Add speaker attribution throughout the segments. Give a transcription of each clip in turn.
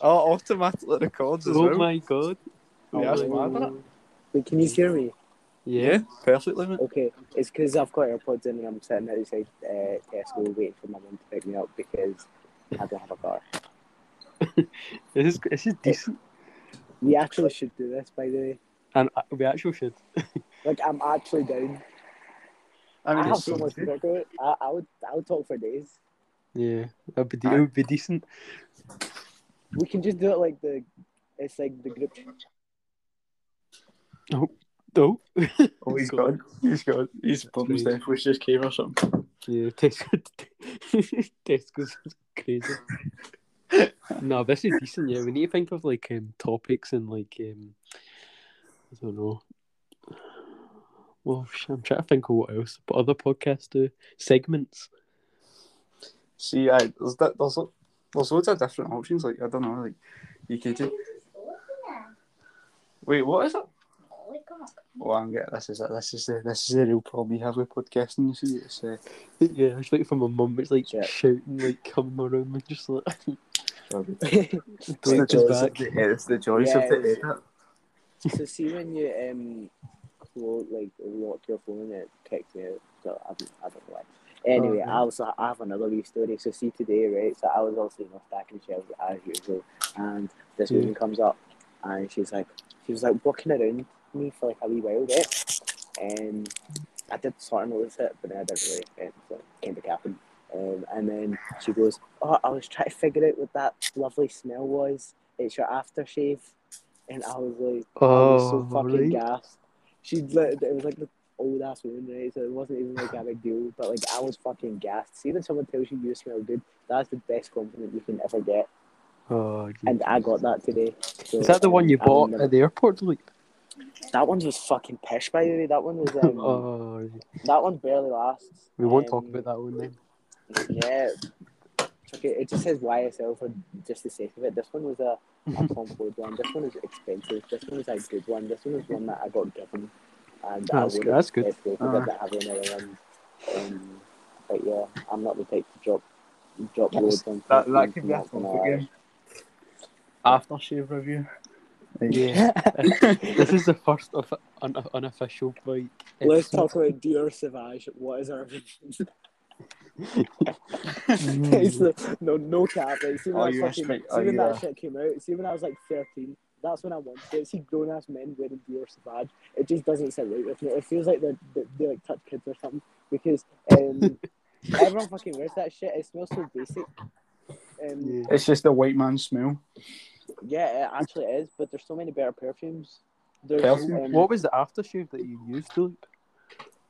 Speaker 1: Oh, automatically records as
Speaker 2: oh
Speaker 1: well.
Speaker 2: my god.
Speaker 1: Yeah, that's
Speaker 2: Oh.
Speaker 1: mad, innit?
Speaker 3: Wait, can you hear me?
Speaker 1: Yeah,
Speaker 2: Yeah.
Speaker 1: perfectly, mate.
Speaker 3: Okay, it's because I've got AirPods in and I'm sitting outside uh, Tesco waiting for my mum to pick me up because I don't have a car.
Speaker 2: This is this is decent.
Speaker 3: We actually should do this, by the way.
Speaker 2: And uh, we actually should.
Speaker 3: Like, I'm actually down.
Speaker 1: I
Speaker 3: I
Speaker 1: mean,
Speaker 3: have
Speaker 1: it's
Speaker 3: so
Speaker 1: so
Speaker 3: much to talk about. I, I would, I would talk for days.
Speaker 2: Yeah. That'd be de-
Speaker 1: Aye.
Speaker 2: it would be decent.
Speaker 3: We can just do it like the, it's like the group.
Speaker 2: Though.
Speaker 1: Oh, he's
Speaker 2: Go
Speaker 1: gone. He's gone. He's
Speaker 2: Please.
Speaker 1: bummed death wish just came or something.
Speaker 2: Yeah, Tesco Tesco's crazy. no, this is decent, yeah. We need to think of like um topics and like um I don't know. Well sh- I'm trying to think of what else. But other podcasts do segments.
Speaker 1: See, I, there's, that, there's, lo- there's loads of different options. Like, I don't know, like, you could just... Wait, what is it? Oh, I'm getting this. Is it? This is the this is the real problem you have with podcasting. You see, it's uh,
Speaker 2: Yeah, it's like from my mum, it's like
Speaker 3: Yeah.
Speaker 2: shouting, like coming around and just like
Speaker 3: so
Speaker 1: joys
Speaker 2: Don't just
Speaker 1: of
Speaker 2: back.
Speaker 1: the- it's the joys
Speaker 3: Yeah,
Speaker 1: of the
Speaker 3: it's-
Speaker 1: edit.
Speaker 3: see when you um, close, like lock your phone and it kicks you out. So I, don't- I don't know why. Anyway,
Speaker 2: Oh,
Speaker 3: I also I have another wee story. So see today, right? So I was also you know stacking shelves as usual, and this
Speaker 2: Yeah.
Speaker 3: woman comes up, and she's like, she was like walking around me for like a wee while, right? And I did sort of notice it, but then I didn't really. um, It like, came to happen. Um, and then she goes, "Oh, I was trying to figure out what that lovely smell was. It's your aftershave." And I was like.
Speaker 2: Oh,
Speaker 3: I was so fucking gassed. She it was like the old ass woman, right? So it wasn't even like a big deal, but like I was fucking gassed. See when someone tells you you smell good, that's the best compliment you can ever get,
Speaker 2: Oh,
Speaker 3: and I got that today. So,
Speaker 2: is that the one you
Speaker 3: um, I
Speaker 2: bought
Speaker 3: remember-
Speaker 2: at the airport? Like,
Speaker 3: that one was fucking pish, by the way. That one was um,
Speaker 2: oh, right.
Speaker 3: that one barely lasts.
Speaker 2: we won't
Speaker 3: Um,
Speaker 2: talk about that one then.
Speaker 3: Yeah. It's Okay, it just says YSL for just the sake of it. This one was a, a comfort one. This one was expensive. This one was a good one. This one was one that I got given. And I
Speaker 2: That's
Speaker 3: would
Speaker 2: good- that's good.
Speaker 3: If they
Speaker 1: Alright.
Speaker 3: that have another one. Um, but yeah, I'm not the type to drop drop
Speaker 1: Yes,
Speaker 3: loads on
Speaker 1: That
Speaker 3: something
Speaker 1: that could be a
Speaker 3: that's
Speaker 1: topic
Speaker 3: not-
Speaker 1: game. Aftershave review.
Speaker 2: Yeah, this is the first of an unofficial like.
Speaker 3: Let's talk about Dior Savage. What is our opinion? It's the- no, no cap. Like, see when,
Speaker 1: Oh,
Speaker 3: that,
Speaker 1: you
Speaker 3: fucking,
Speaker 1: respect-
Speaker 3: see
Speaker 1: oh,
Speaker 3: when
Speaker 1: you
Speaker 3: that
Speaker 1: are.
Speaker 3: shit came out, see when I was like 13, that's when I wanted it. See grown ass men wearing Dior Savage. It just doesn't sit right with me. It feels like they're, they they like touch kids or something because um, everyone fucking wears that shit. It smells so basic. Um,
Speaker 2: Yeah.
Speaker 1: It's just the white man smell.
Speaker 3: yeah. it actually is, but there's so many better perfumes. There's,
Speaker 1: Perfume?
Speaker 3: um,
Speaker 2: What was the aftershave that you used, Philip?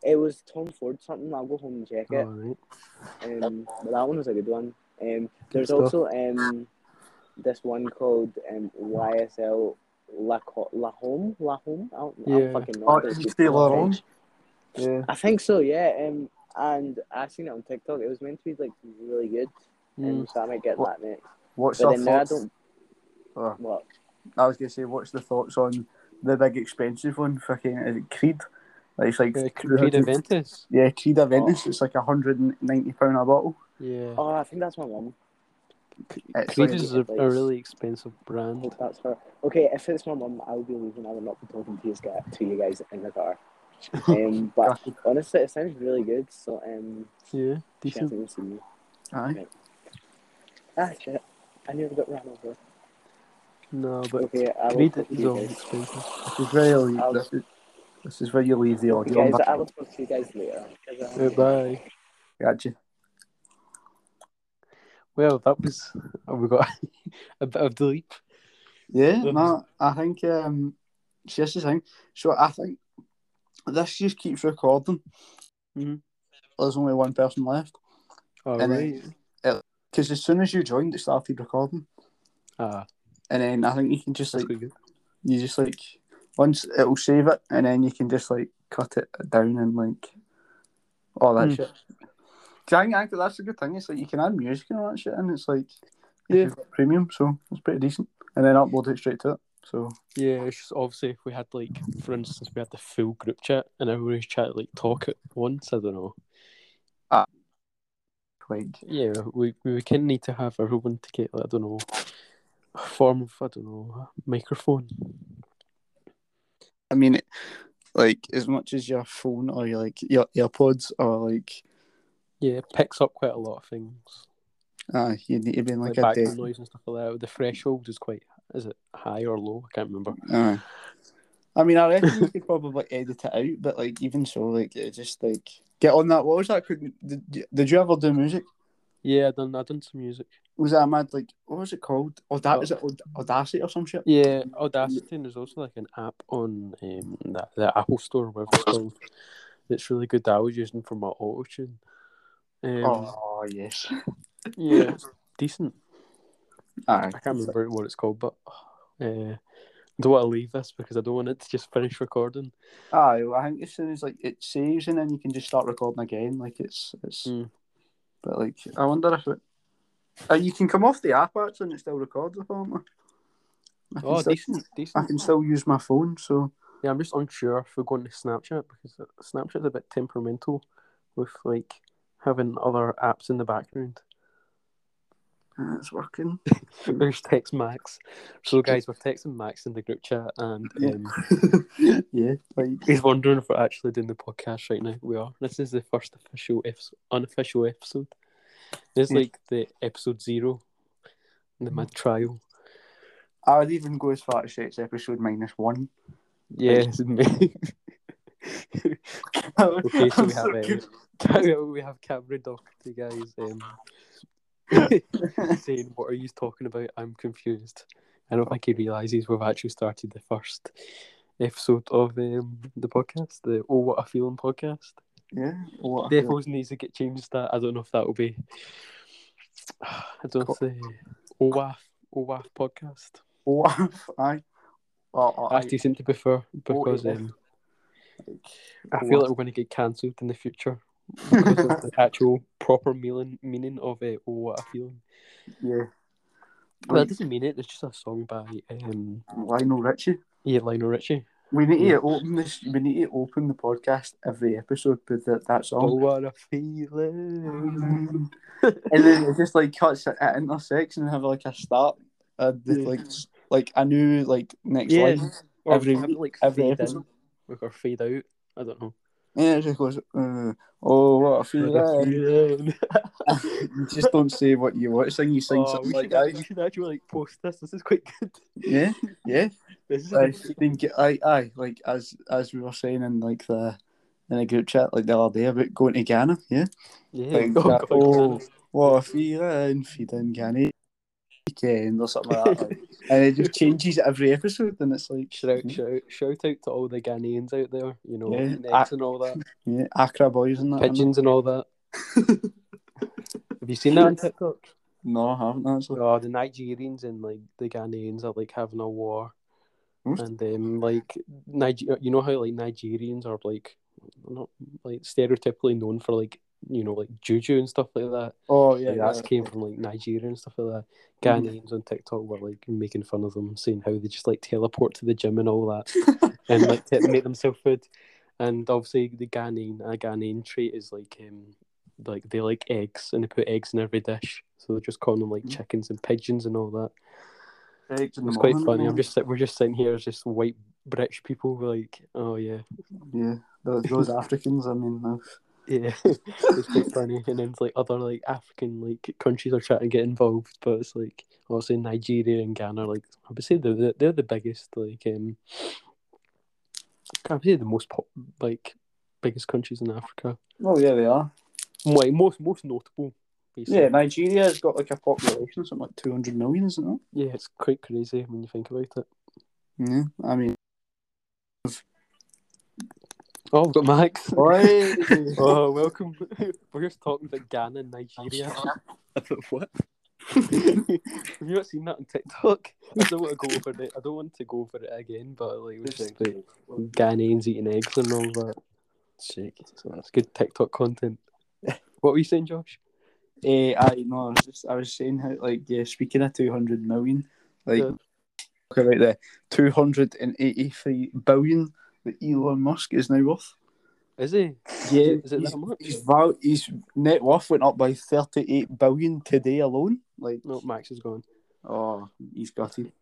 Speaker 3: It was Tom Ford something. I'll go home and check it.
Speaker 2: Alright.
Speaker 3: Um, but that one was a good one. Um, there's
Speaker 2: stuff.
Speaker 3: also um, this one called um, YSL La, Co- La Home. La Home? I don't, I
Speaker 2: Yeah.
Speaker 3: don't fucking know.
Speaker 1: Oh,
Speaker 3: if
Speaker 1: did
Speaker 3: it's good
Speaker 1: you say
Speaker 3: for
Speaker 1: La
Speaker 3: French.
Speaker 1: Yeah.
Speaker 3: I think so, yeah. Um, and I seen it on TikTok. It was meant to be like really good.
Speaker 2: Mm.
Speaker 3: Um, so I might get
Speaker 1: What-
Speaker 3: that next.
Speaker 1: What's
Speaker 3: But
Speaker 1: your
Speaker 3: then now I
Speaker 1: thoughts?
Speaker 3: don't.
Speaker 1: Oh,
Speaker 3: What?
Speaker 1: I was gonna say, what's the thoughts on the big expensive one? Fucking is it Creed? Like, it's like
Speaker 2: Uh, Creed
Speaker 1: 200
Speaker 2: Aventus.
Speaker 1: Yeah, Creed Aventus. It's like hundred and ninety pound a bottle.
Speaker 2: Yeah.
Speaker 3: Oh, I think that's my mum.
Speaker 1: It's
Speaker 2: Creed
Speaker 1: like-
Speaker 2: is a, a really expensive
Speaker 3: I
Speaker 2: brand.
Speaker 3: hope that's her. Okay, if it's my mum, I'll be leaving. I will not be talking to you guys, to you guys in the car. Um, but honestly, it sounds really good. So um,
Speaker 2: Yeah,
Speaker 3: she hasn't
Speaker 2: decent.
Speaker 3: even seen me.
Speaker 1: Aye.
Speaker 3: Ah, shit. I nearly got ran over.
Speaker 2: No, but
Speaker 3: Okay, I will
Speaker 2: Creed
Speaker 3: talk to
Speaker 2: is
Speaker 3: you
Speaker 2: always
Speaker 3: guys.
Speaker 2: expensive.
Speaker 1: This is where you
Speaker 3: I'll-
Speaker 1: leave. This is, this is where you leave the audio.
Speaker 3: Guys,
Speaker 1: on.
Speaker 3: I will talk to you guys later. um,
Speaker 2: Right, Uh, bye.
Speaker 1: Gotcha.
Speaker 2: Well, that was oh, we got a bit of deep.
Speaker 1: Yeah,
Speaker 2: Yeah.
Speaker 1: no, I think um, see, that's the thing. So I think this just keeps recording.
Speaker 2: Mhm.
Speaker 1: There's only one person left
Speaker 2: All
Speaker 1: And then-
Speaker 2: right.
Speaker 1: because as soon as you joined, it started recording,
Speaker 2: Ah,
Speaker 1: and then I think you can just
Speaker 2: that's
Speaker 1: like
Speaker 2: quite good.
Speaker 1: you just like once it'll save it, and then you can just like cut it down and like all that
Speaker 2: Mm.
Speaker 1: shit. Do you think- I think that's a good thing? It's like you can add music and all that shit, and it's like if
Speaker 2: Yeah.
Speaker 1: you've got premium, so it's pretty decent, and then upload it straight to it. So
Speaker 2: Yeah, it's just obviously if we had like, for instance, we had the full group chat and everybody's chat like talk at once. I don't know.
Speaker 1: Like,
Speaker 2: Yeah, we we kind of need to have everyone to get like, I don't know a form of I don't know a microphone.
Speaker 1: I mean, like as much as your phone or your like your earpods or like,
Speaker 2: Yeah, it picks up quite a lot of things
Speaker 1: ah, you need to be in
Speaker 2: like,
Speaker 1: like, a
Speaker 2: background
Speaker 1: dead.
Speaker 2: noise and stuff like that. The threshold is quite is it high or low? I can't remember.
Speaker 1: Aye. I mean, I reckon you could probably edit it out, but like even so, like it just like get on that. What was that? Could did, did you ever do music?
Speaker 2: Yeah, I done I done some music.
Speaker 1: Was that a mad like what was it called? Auda- is it Aud- Audacity or some shit?
Speaker 2: Yeah, Audacity and there's also like an app on um the, the Apple Store, whatever
Speaker 1: Oh.
Speaker 2: it's called. That's really good that I was using for my auto tune. Um,
Speaker 1: Oh yes.
Speaker 2: Yeah, it's decent.
Speaker 1: Aye.
Speaker 2: I can't remember what it's called, but uh, I don't want to leave this because I don't want it to just finish recording.
Speaker 1: Aye, well, I think as soon as like it saves and then you can just start recording again. Like it's it's.
Speaker 2: Mm.
Speaker 1: But like, I wonder if it. Uh, you can come off the app actually and it still records apparently. I can,
Speaker 2: Oh,
Speaker 1: still,
Speaker 2: decent,
Speaker 1: I
Speaker 2: decent.
Speaker 1: can still use my phone, so
Speaker 2: Yeah, I'm just unsure if we're going to Snapchat because Snapchat's a bit temperamental with like having other apps in the background.
Speaker 1: uh, it's working.
Speaker 2: There's text Max. So guys, we're texting Max in the group chat, and
Speaker 1: Yeah.
Speaker 2: um,
Speaker 1: yeah, like
Speaker 2: he's wondering if we're actually doing the podcast right now. We are. This is the first official, episode, unofficial episode. This is
Speaker 1: Yeah.
Speaker 2: like the episode zero, the mid trial.
Speaker 1: I would even go as far to say it's episode minus one.
Speaker 2: Yes, mate. okay, so
Speaker 1: I'm
Speaker 2: we have
Speaker 1: so
Speaker 2: um,
Speaker 1: good.
Speaker 2: Ca- we have Camera Doc, the guys um, saying, "What are you talking about? I'm confused." I don't think he realizes we've actually started the first episode of um, the podcast, the Oh What a Feeling podcast.
Speaker 1: Yeah, what a-
Speaker 2: Defos needs to get changed. That I don't know if that will be. I don't
Speaker 1: Cool.
Speaker 2: say OWAF OWAF podcast.
Speaker 1: what a- aye. Oh, oh,
Speaker 2: That's
Speaker 1: aye.
Speaker 2: decent to be fair because
Speaker 1: yeah.
Speaker 2: um, I feel like we're going to get cancelled in the future because of the actual proper meaning, meaning of it. Oh, what a feeling.
Speaker 1: yeah,
Speaker 2: Well, that doesn't mean it. It's just a song by um,
Speaker 1: Lionel Richie.
Speaker 2: yeah, Lionel Richie.
Speaker 1: We need
Speaker 2: Yeah.
Speaker 1: to open this. We need to open the podcast every episode with that, that
Speaker 2: Oh,
Speaker 1: song,
Speaker 2: what a feeling.
Speaker 1: and then it just like cuts at at intersects and have like a start, uh, with,
Speaker 2: Yeah.
Speaker 1: like s- like a new like next
Speaker 2: Yeah.
Speaker 1: line.
Speaker 2: Or
Speaker 1: Every-
Speaker 2: every, have it, like
Speaker 1: every
Speaker 2: fade
Speaker 1: episode.
Speaker 2: in with or fade out. I don't know.
Speaker 1: Yeah, it just goes. Uh, oh, what a
Speaker 2: What a
Speaker 1: feeling!
Speaker 2: feeling.
Speaker 1: you just don't say what you want to sing. You sing
Speaker 2: Oh, we,
Speaker 1: something like
Speaker 2: should act-
Speaker 1: that.
Speaker 2: we should actually like post this. This is quite good.
Speaker 1: Yeah, yeah.
Speaker 2: This is
Speaker 1: I think I, I like as as we were saying in like the in a group chat like the other day about going to Ghana. Yeah.
Speaker 2: yeah.
Speaker 1: Like
Speaker 2: oh,
Speaker 1: that,
Speaker 2: God,
Speaker 1: oh,
Speaker 2: man.
Speaker 1: what a feeling, feeling Ghanaian weekend or something like that. like. and it just changes every episode, and it's like,
Speaker 2: Shout out, shout out, shout out to all the Ghanaians out there, you know,
Speaker 1: Mm-hmm. Yeah.
Speaker 2: Neds and all that,
Speaker 1: yeah, Accra boys and that. innit?
Speaker 2: pigeons and all that. Have you seen that on TikTok?
Speaker 1: No, I haven't actually.
Speaker 2: Oh, the Nigerians and like the Ghanaians are like having a war,
Speaker 1: Hmm?
Speaker 2: and um, like Niger, you know how like Nigerians are like not like stereotypically known for like you know like juju and stuff like that.
Speaker 1: Oh yeah,
Speaker 2: Yeah, that's came from like Nigeria and stuff like that.
Speaker 1: Mhm.
Speaker 2: Ghanaians on TikTok were like making fun of them, saying how they just like teleport to the gym and all that, and like te- make themselves food. And obviously, the Ghanaian a Ghanaian trait is like um like they like eggs and they put eggs in every dish, so they're just calling them like
Speaker 1: Mhm.
Speaker 2: chickens and pigeons and all that.
Speaker 1: Eggs in the
Speaker 2: It's quite
Speaker 1: morning,
Speaker 2: funny.
Speaker 1: you
Speaker 2: I'm
Speaker 1: know?
Speaker 2: just sit- we're just sitting here as just white British people, we're like oh yeah,
Speaker 1: yeah. Those, those Africans, I mean, those-
Speaker 2: yeah. it's quite funny. And then it's like other like African like countries are trying to get involved, but it's like obviously Nigeria and Ghana. Like I would say they're the, they're the biggest like um, I would say the most pop like biggest countries in Africa.
Speaker 1: oh yeah, they are.
Speaker 2: Like most most notable. Basically.
Speaker 1: Yeah, Nigeria's got like a population of something like two hundred million, isn't it?
Speaker 2: yeah, it's quite crazy when you think about it.
Speaker 1: Yeah, I mean,
Speaker 2: Oh, I've got Max.
Speaker 1: Oi.
Speaker 2: oh, welcome. We're just talking about Ghana and Nigeria. About what? Have you not seen that on TikTok? I don't want to go over it. I don't want to go over it again. But like, it was just like Ghanaians eating eggs and all that.
Speaker 1: Shake.
Speaker 2: So that's good TikTok content. What were you saying, Josh?
Speaker 1: Eh, I no, I was just I was saying how like yeah, speaking of two hundred million, like
Speaker 2: Yeah.
Speaker 1: talk about the two hundred and eighty three billion that Elon Musk is now worth.
Speaker 2: Is he?
Speaker 1: Yeah,
Speaker 2: Is it
Speaker 1: he's,
Speaker 2: that much?
Speaker 1: His, val- his net worth went up by 38 billion today alone. Like,
Speaker 2: No, Max is gone.
Speaker 1: oh, he's gutted.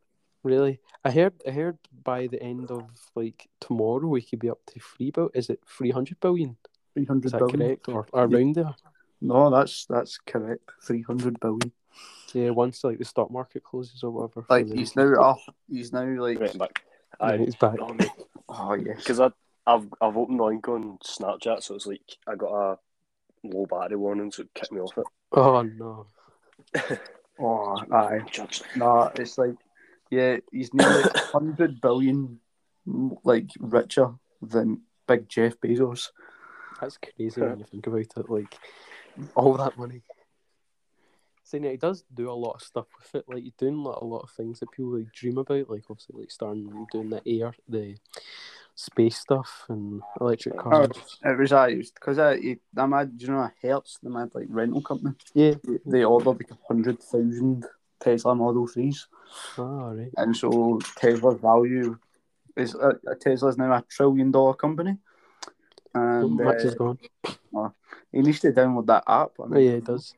Speaker 2: Really? I heard. I heard by the end of like tomorrow we could be up to three. But is it three hundred billion?
Speaker 1: Three
Speaker 2: Is
Speaker 1: hundred
Speaker 2: that
Speaker 1: billion.
Speaker 2: correct or, or around there?
Speaker 1: No, that's that's correct. Three hundred billion.
Speaker 2: Yeah, once like the stock market closes or whatever. for
Speaker 1: Like
Speaker 2: the-
Speaker 1: he's now up. He's now like.
Speaker 4: Right back.
Speaker 2: Yeah,
Speaker 4: I
Speaker 2: he's back.
Speaker 1: Oh yes.
Speaker 4: because I I've I've opened the link on Snapchat, so it's like I got a low battery warning, so it kicked me off it.
Speaker 2: Oh no.
Speaker 1: Oh, aye.
Speaker 4: Jokes.
Speaker 1: Nah, it's like, yeah, he's nearly hundred billion, like richer than Big Jeff Bezos.
Speaker 2: That's crazy when you think about it. Like all that money. See, now he does do a lot of stuff with it. Like he's doing like, a lot of things that people like dream about. Like obviously, like starting and doing the air, the space stuff, and
Speaker 1: Oh.
Speaker 2: electric cars.
Speaker 1: It was I because I he- that mad. Do you know a Hertz, the mad like rental company?
Speaker 2: Yeah.
Speaker 1: They ordered like hundred thousand Tesla Model Threes,
Speaker 2: Ah, right.
Speaker 1: and so Tesla's value is uh, Tesla's now a trillion dollar company.
Speaker 2: Oh,
Speaker 1: And
Speaker 2: Max
Speaker 1: uh,
Speaker 2: is gone.
Speaker 1: he needs to download that app. I
Speaker 2: Oh,
Speaker 1: mean,
Speaker 2: yeah, he does.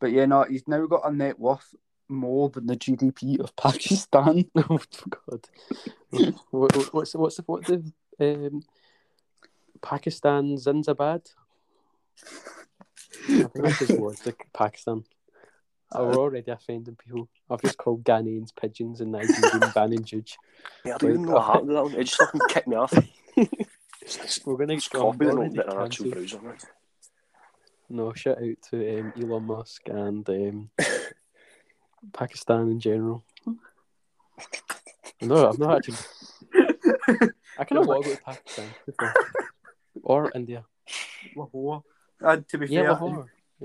Speaker 1: But yeah, no, he's now got a net worth more than the GDP of Pakistan.
Speaker 2: oh God. what, what- what's what's the what the um, Pakistan Zinzabad? I think that's just words like Pakistan. Oh, we're already offending people. I've just called Ghanaians pigeons and Nigerian Ban and Juge.
Speaker 4: Yeah, I don't even know what happened to that. one. It just fucking kicked me off. It's
Speaker 2: We're gonna
Speaker 4: copy the note
Speaker 2: already
Speaker 4: that an actual
Speaker 2: cancelled.
Speaker 4: browser. man.
Speaker 2: No, shout out to um, Elon Musk and um, Pakistan in general. No, I've not actually. I cannot walk with Pakistan or India.
Speaker 1: Lahore. And to be
Speaker 2: Yeah, oh,
Speaker 1: fair,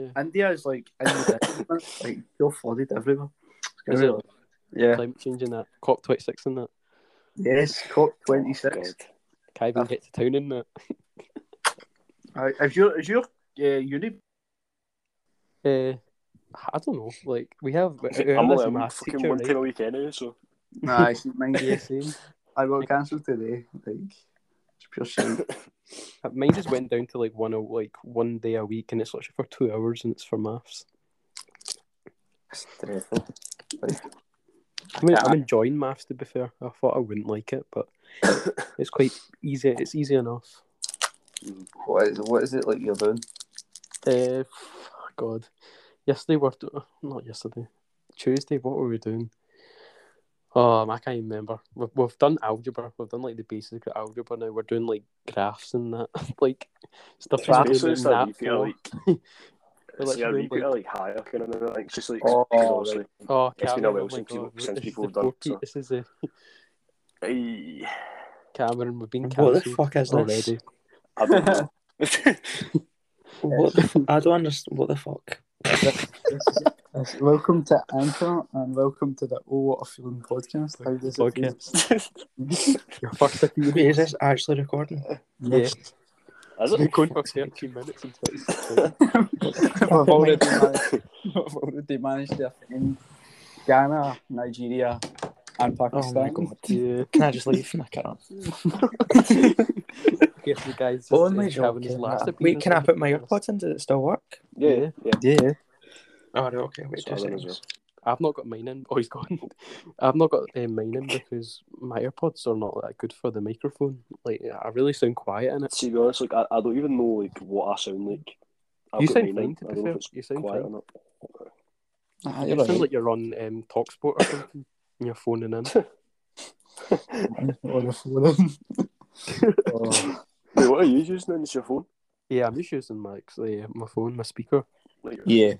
Speaker 2: Lahore.
Speaker 1: India is like in the desert, like you're flooded everywhere.
Speaker 2: Is it
Speaker 1: Yeah.
Speaker 2: climate change in that? COP twenty six in that?
Speaker 1: Yes, COP twenty
Speaker 4: Oh,
Speaker 1: six.
Speaker 4: God.
Speaker 2: Can't even get to town in that.
Speaker 1: Is your is your uh, uni?
Speaker 2: Uh, I don't know. Like we have. uh, We have
Speaker 4: I'm
Speaker 2: this
Speaker 4: only on
Speaker 2: maths
Speaker 4: fucking
Speaker 2: teacher,
Speaker 4: one time
Speaker 2: right?
Speaker 4: a week anyway, so
Speaker 1: Nah, I see mine.
Speaker 2: Yeah, same.
Speaker 1: I got cancelled today. Like it's pure shit.
Speaker 2: Mine just went down to like one a like one day a week, and it's literally for two hours, and it's for maths.
Speaker 1: It's dreadful.
Speaker 2: I mean, I'm enjoying maths to be fair. I thought I wouldn't like it, but it's quite easy. It's easy enough.
Speaker 1: What is what is it like you're doing?
Speaker 4: Eh,
Speaker 2: Uh, God, yesterday we're do- not yesterday, Tuesday. What were we doing? Um, I can't even remember. We've, we've done algebra. We've done like the basic algebra. Now we're doing like graphs and that, like stuff.
Speaker 4: it's
Speaker 2: you do in
Speaker 4: basically just a
Speaker 2: nap
Speaker 4: repeater,
Speaker 2: form.
Speaker 4: like
Speaker 2: We're
Speaker 4: it's like a
Speaker 2: literally doing,
Speaker 4: repeater,
Speaker 2: like-
Speaker 4: like higher kind of thing. Like, it's just like
Speaker 1: Oh,
Speaker 4: because obviously,
Speaker 2: oh,
Speaker 4: It's been a
Speaker 2: Cameron,
Speaker 4: while
Speaker 2: oh my
Speaker 4: since
Speaker 2: God, this
Speaker 4: people- since
Speaker 2: is
Speaker 4: people
Speaker 2: the
Speaker 4: have done
Speaker 2: 14
Speaker 4: so.
Speaker 2: This is a
Speaker 4: aye,
Speaker 2: Cameron. We've been
Speaker 5: What the
Speaker 2: cancelled
Speaker 5: fuck is this?
Speaker 2: already.
Speaker 4: I don't know.
Speaker 5: What the f- I don't understand. What the fuck?
Speaker 1: Welcome to Anchor and welcome to the Oh What a Feeling podcast. How does it feel?
Speaker 2: Your first
Speaker 5: Wait, is this actually recording?
Speaker 2: yeah.
Speaker 4: Is
Speaker 2: We're
Speaker 4: it?
Speaker 2: going for thirteen minutes and twenty six seconds.
Speaker 1: I've already managed, I've already managed to offend Ghana, Nigeria, and
Speaker 5: Oh my
Speaker 1: Pakistan.
Speaker 5: god.
Speaker 2: Yeah.
Speaker 5: Can I just leave? I can't.
Speaker 2: Yes, the guys.
Speaker 5: Only
Speaker 2: uh, Cameron's
Speaker 5: joking.
Speaker 2: last
Speaker 5: Wait,
Speaker 2: appearance
Speaker 5: can I
Speaker 2: on the
Speaker 5: put my
Speaker 2: podcast.
Speaker 5: earpods in? Does it still work?
Speaker 4: Yeah, yeah.
Speaker 2: Yeah,
Speaker 5: Oh, right, okay. Wait,
Speaker 4: So I
Speaker 5: two
Speaker 4: don't know as
Speaker 5: seconds.
Speaker 2: I've not got mine in. Oh, he's gone. I've not got uh, mine in because my AirPods are not that good for the microphone. Like, I really sound quiet in it.
Speaker 4: To be honest, like I, I don't even know like what I sound like. I've
Speaker 2: you
Speaker 4: got
Speaker 2: sound fine,
Speaker 4: mine in.
Speaker 2: to
Speaker 4: I
Speaker 2: be
Speaker 4: don't know
Speaker 2: fair.
Speaker 4: if it's
Speaker 2: You sound
Speaker 4: quiet
Speaker 2: fine.
Speaker 4: or not.
Speaker 1: Ah,
Speaker 2: You
Speaker 1: you're
Speaker 2: sound
Speaker 1: right.
Speaker 2: like you're on um, TalkSport or something. and you're phoning in.
Speaker 1: On the phone. oh,
Speaker 4: Wait, what are you using? then? It's your phone.
Speaker 2: yeah, I'm just using my uh, my phone, my speaker.
Speaker 4: Like,
Speaker 1: yeah.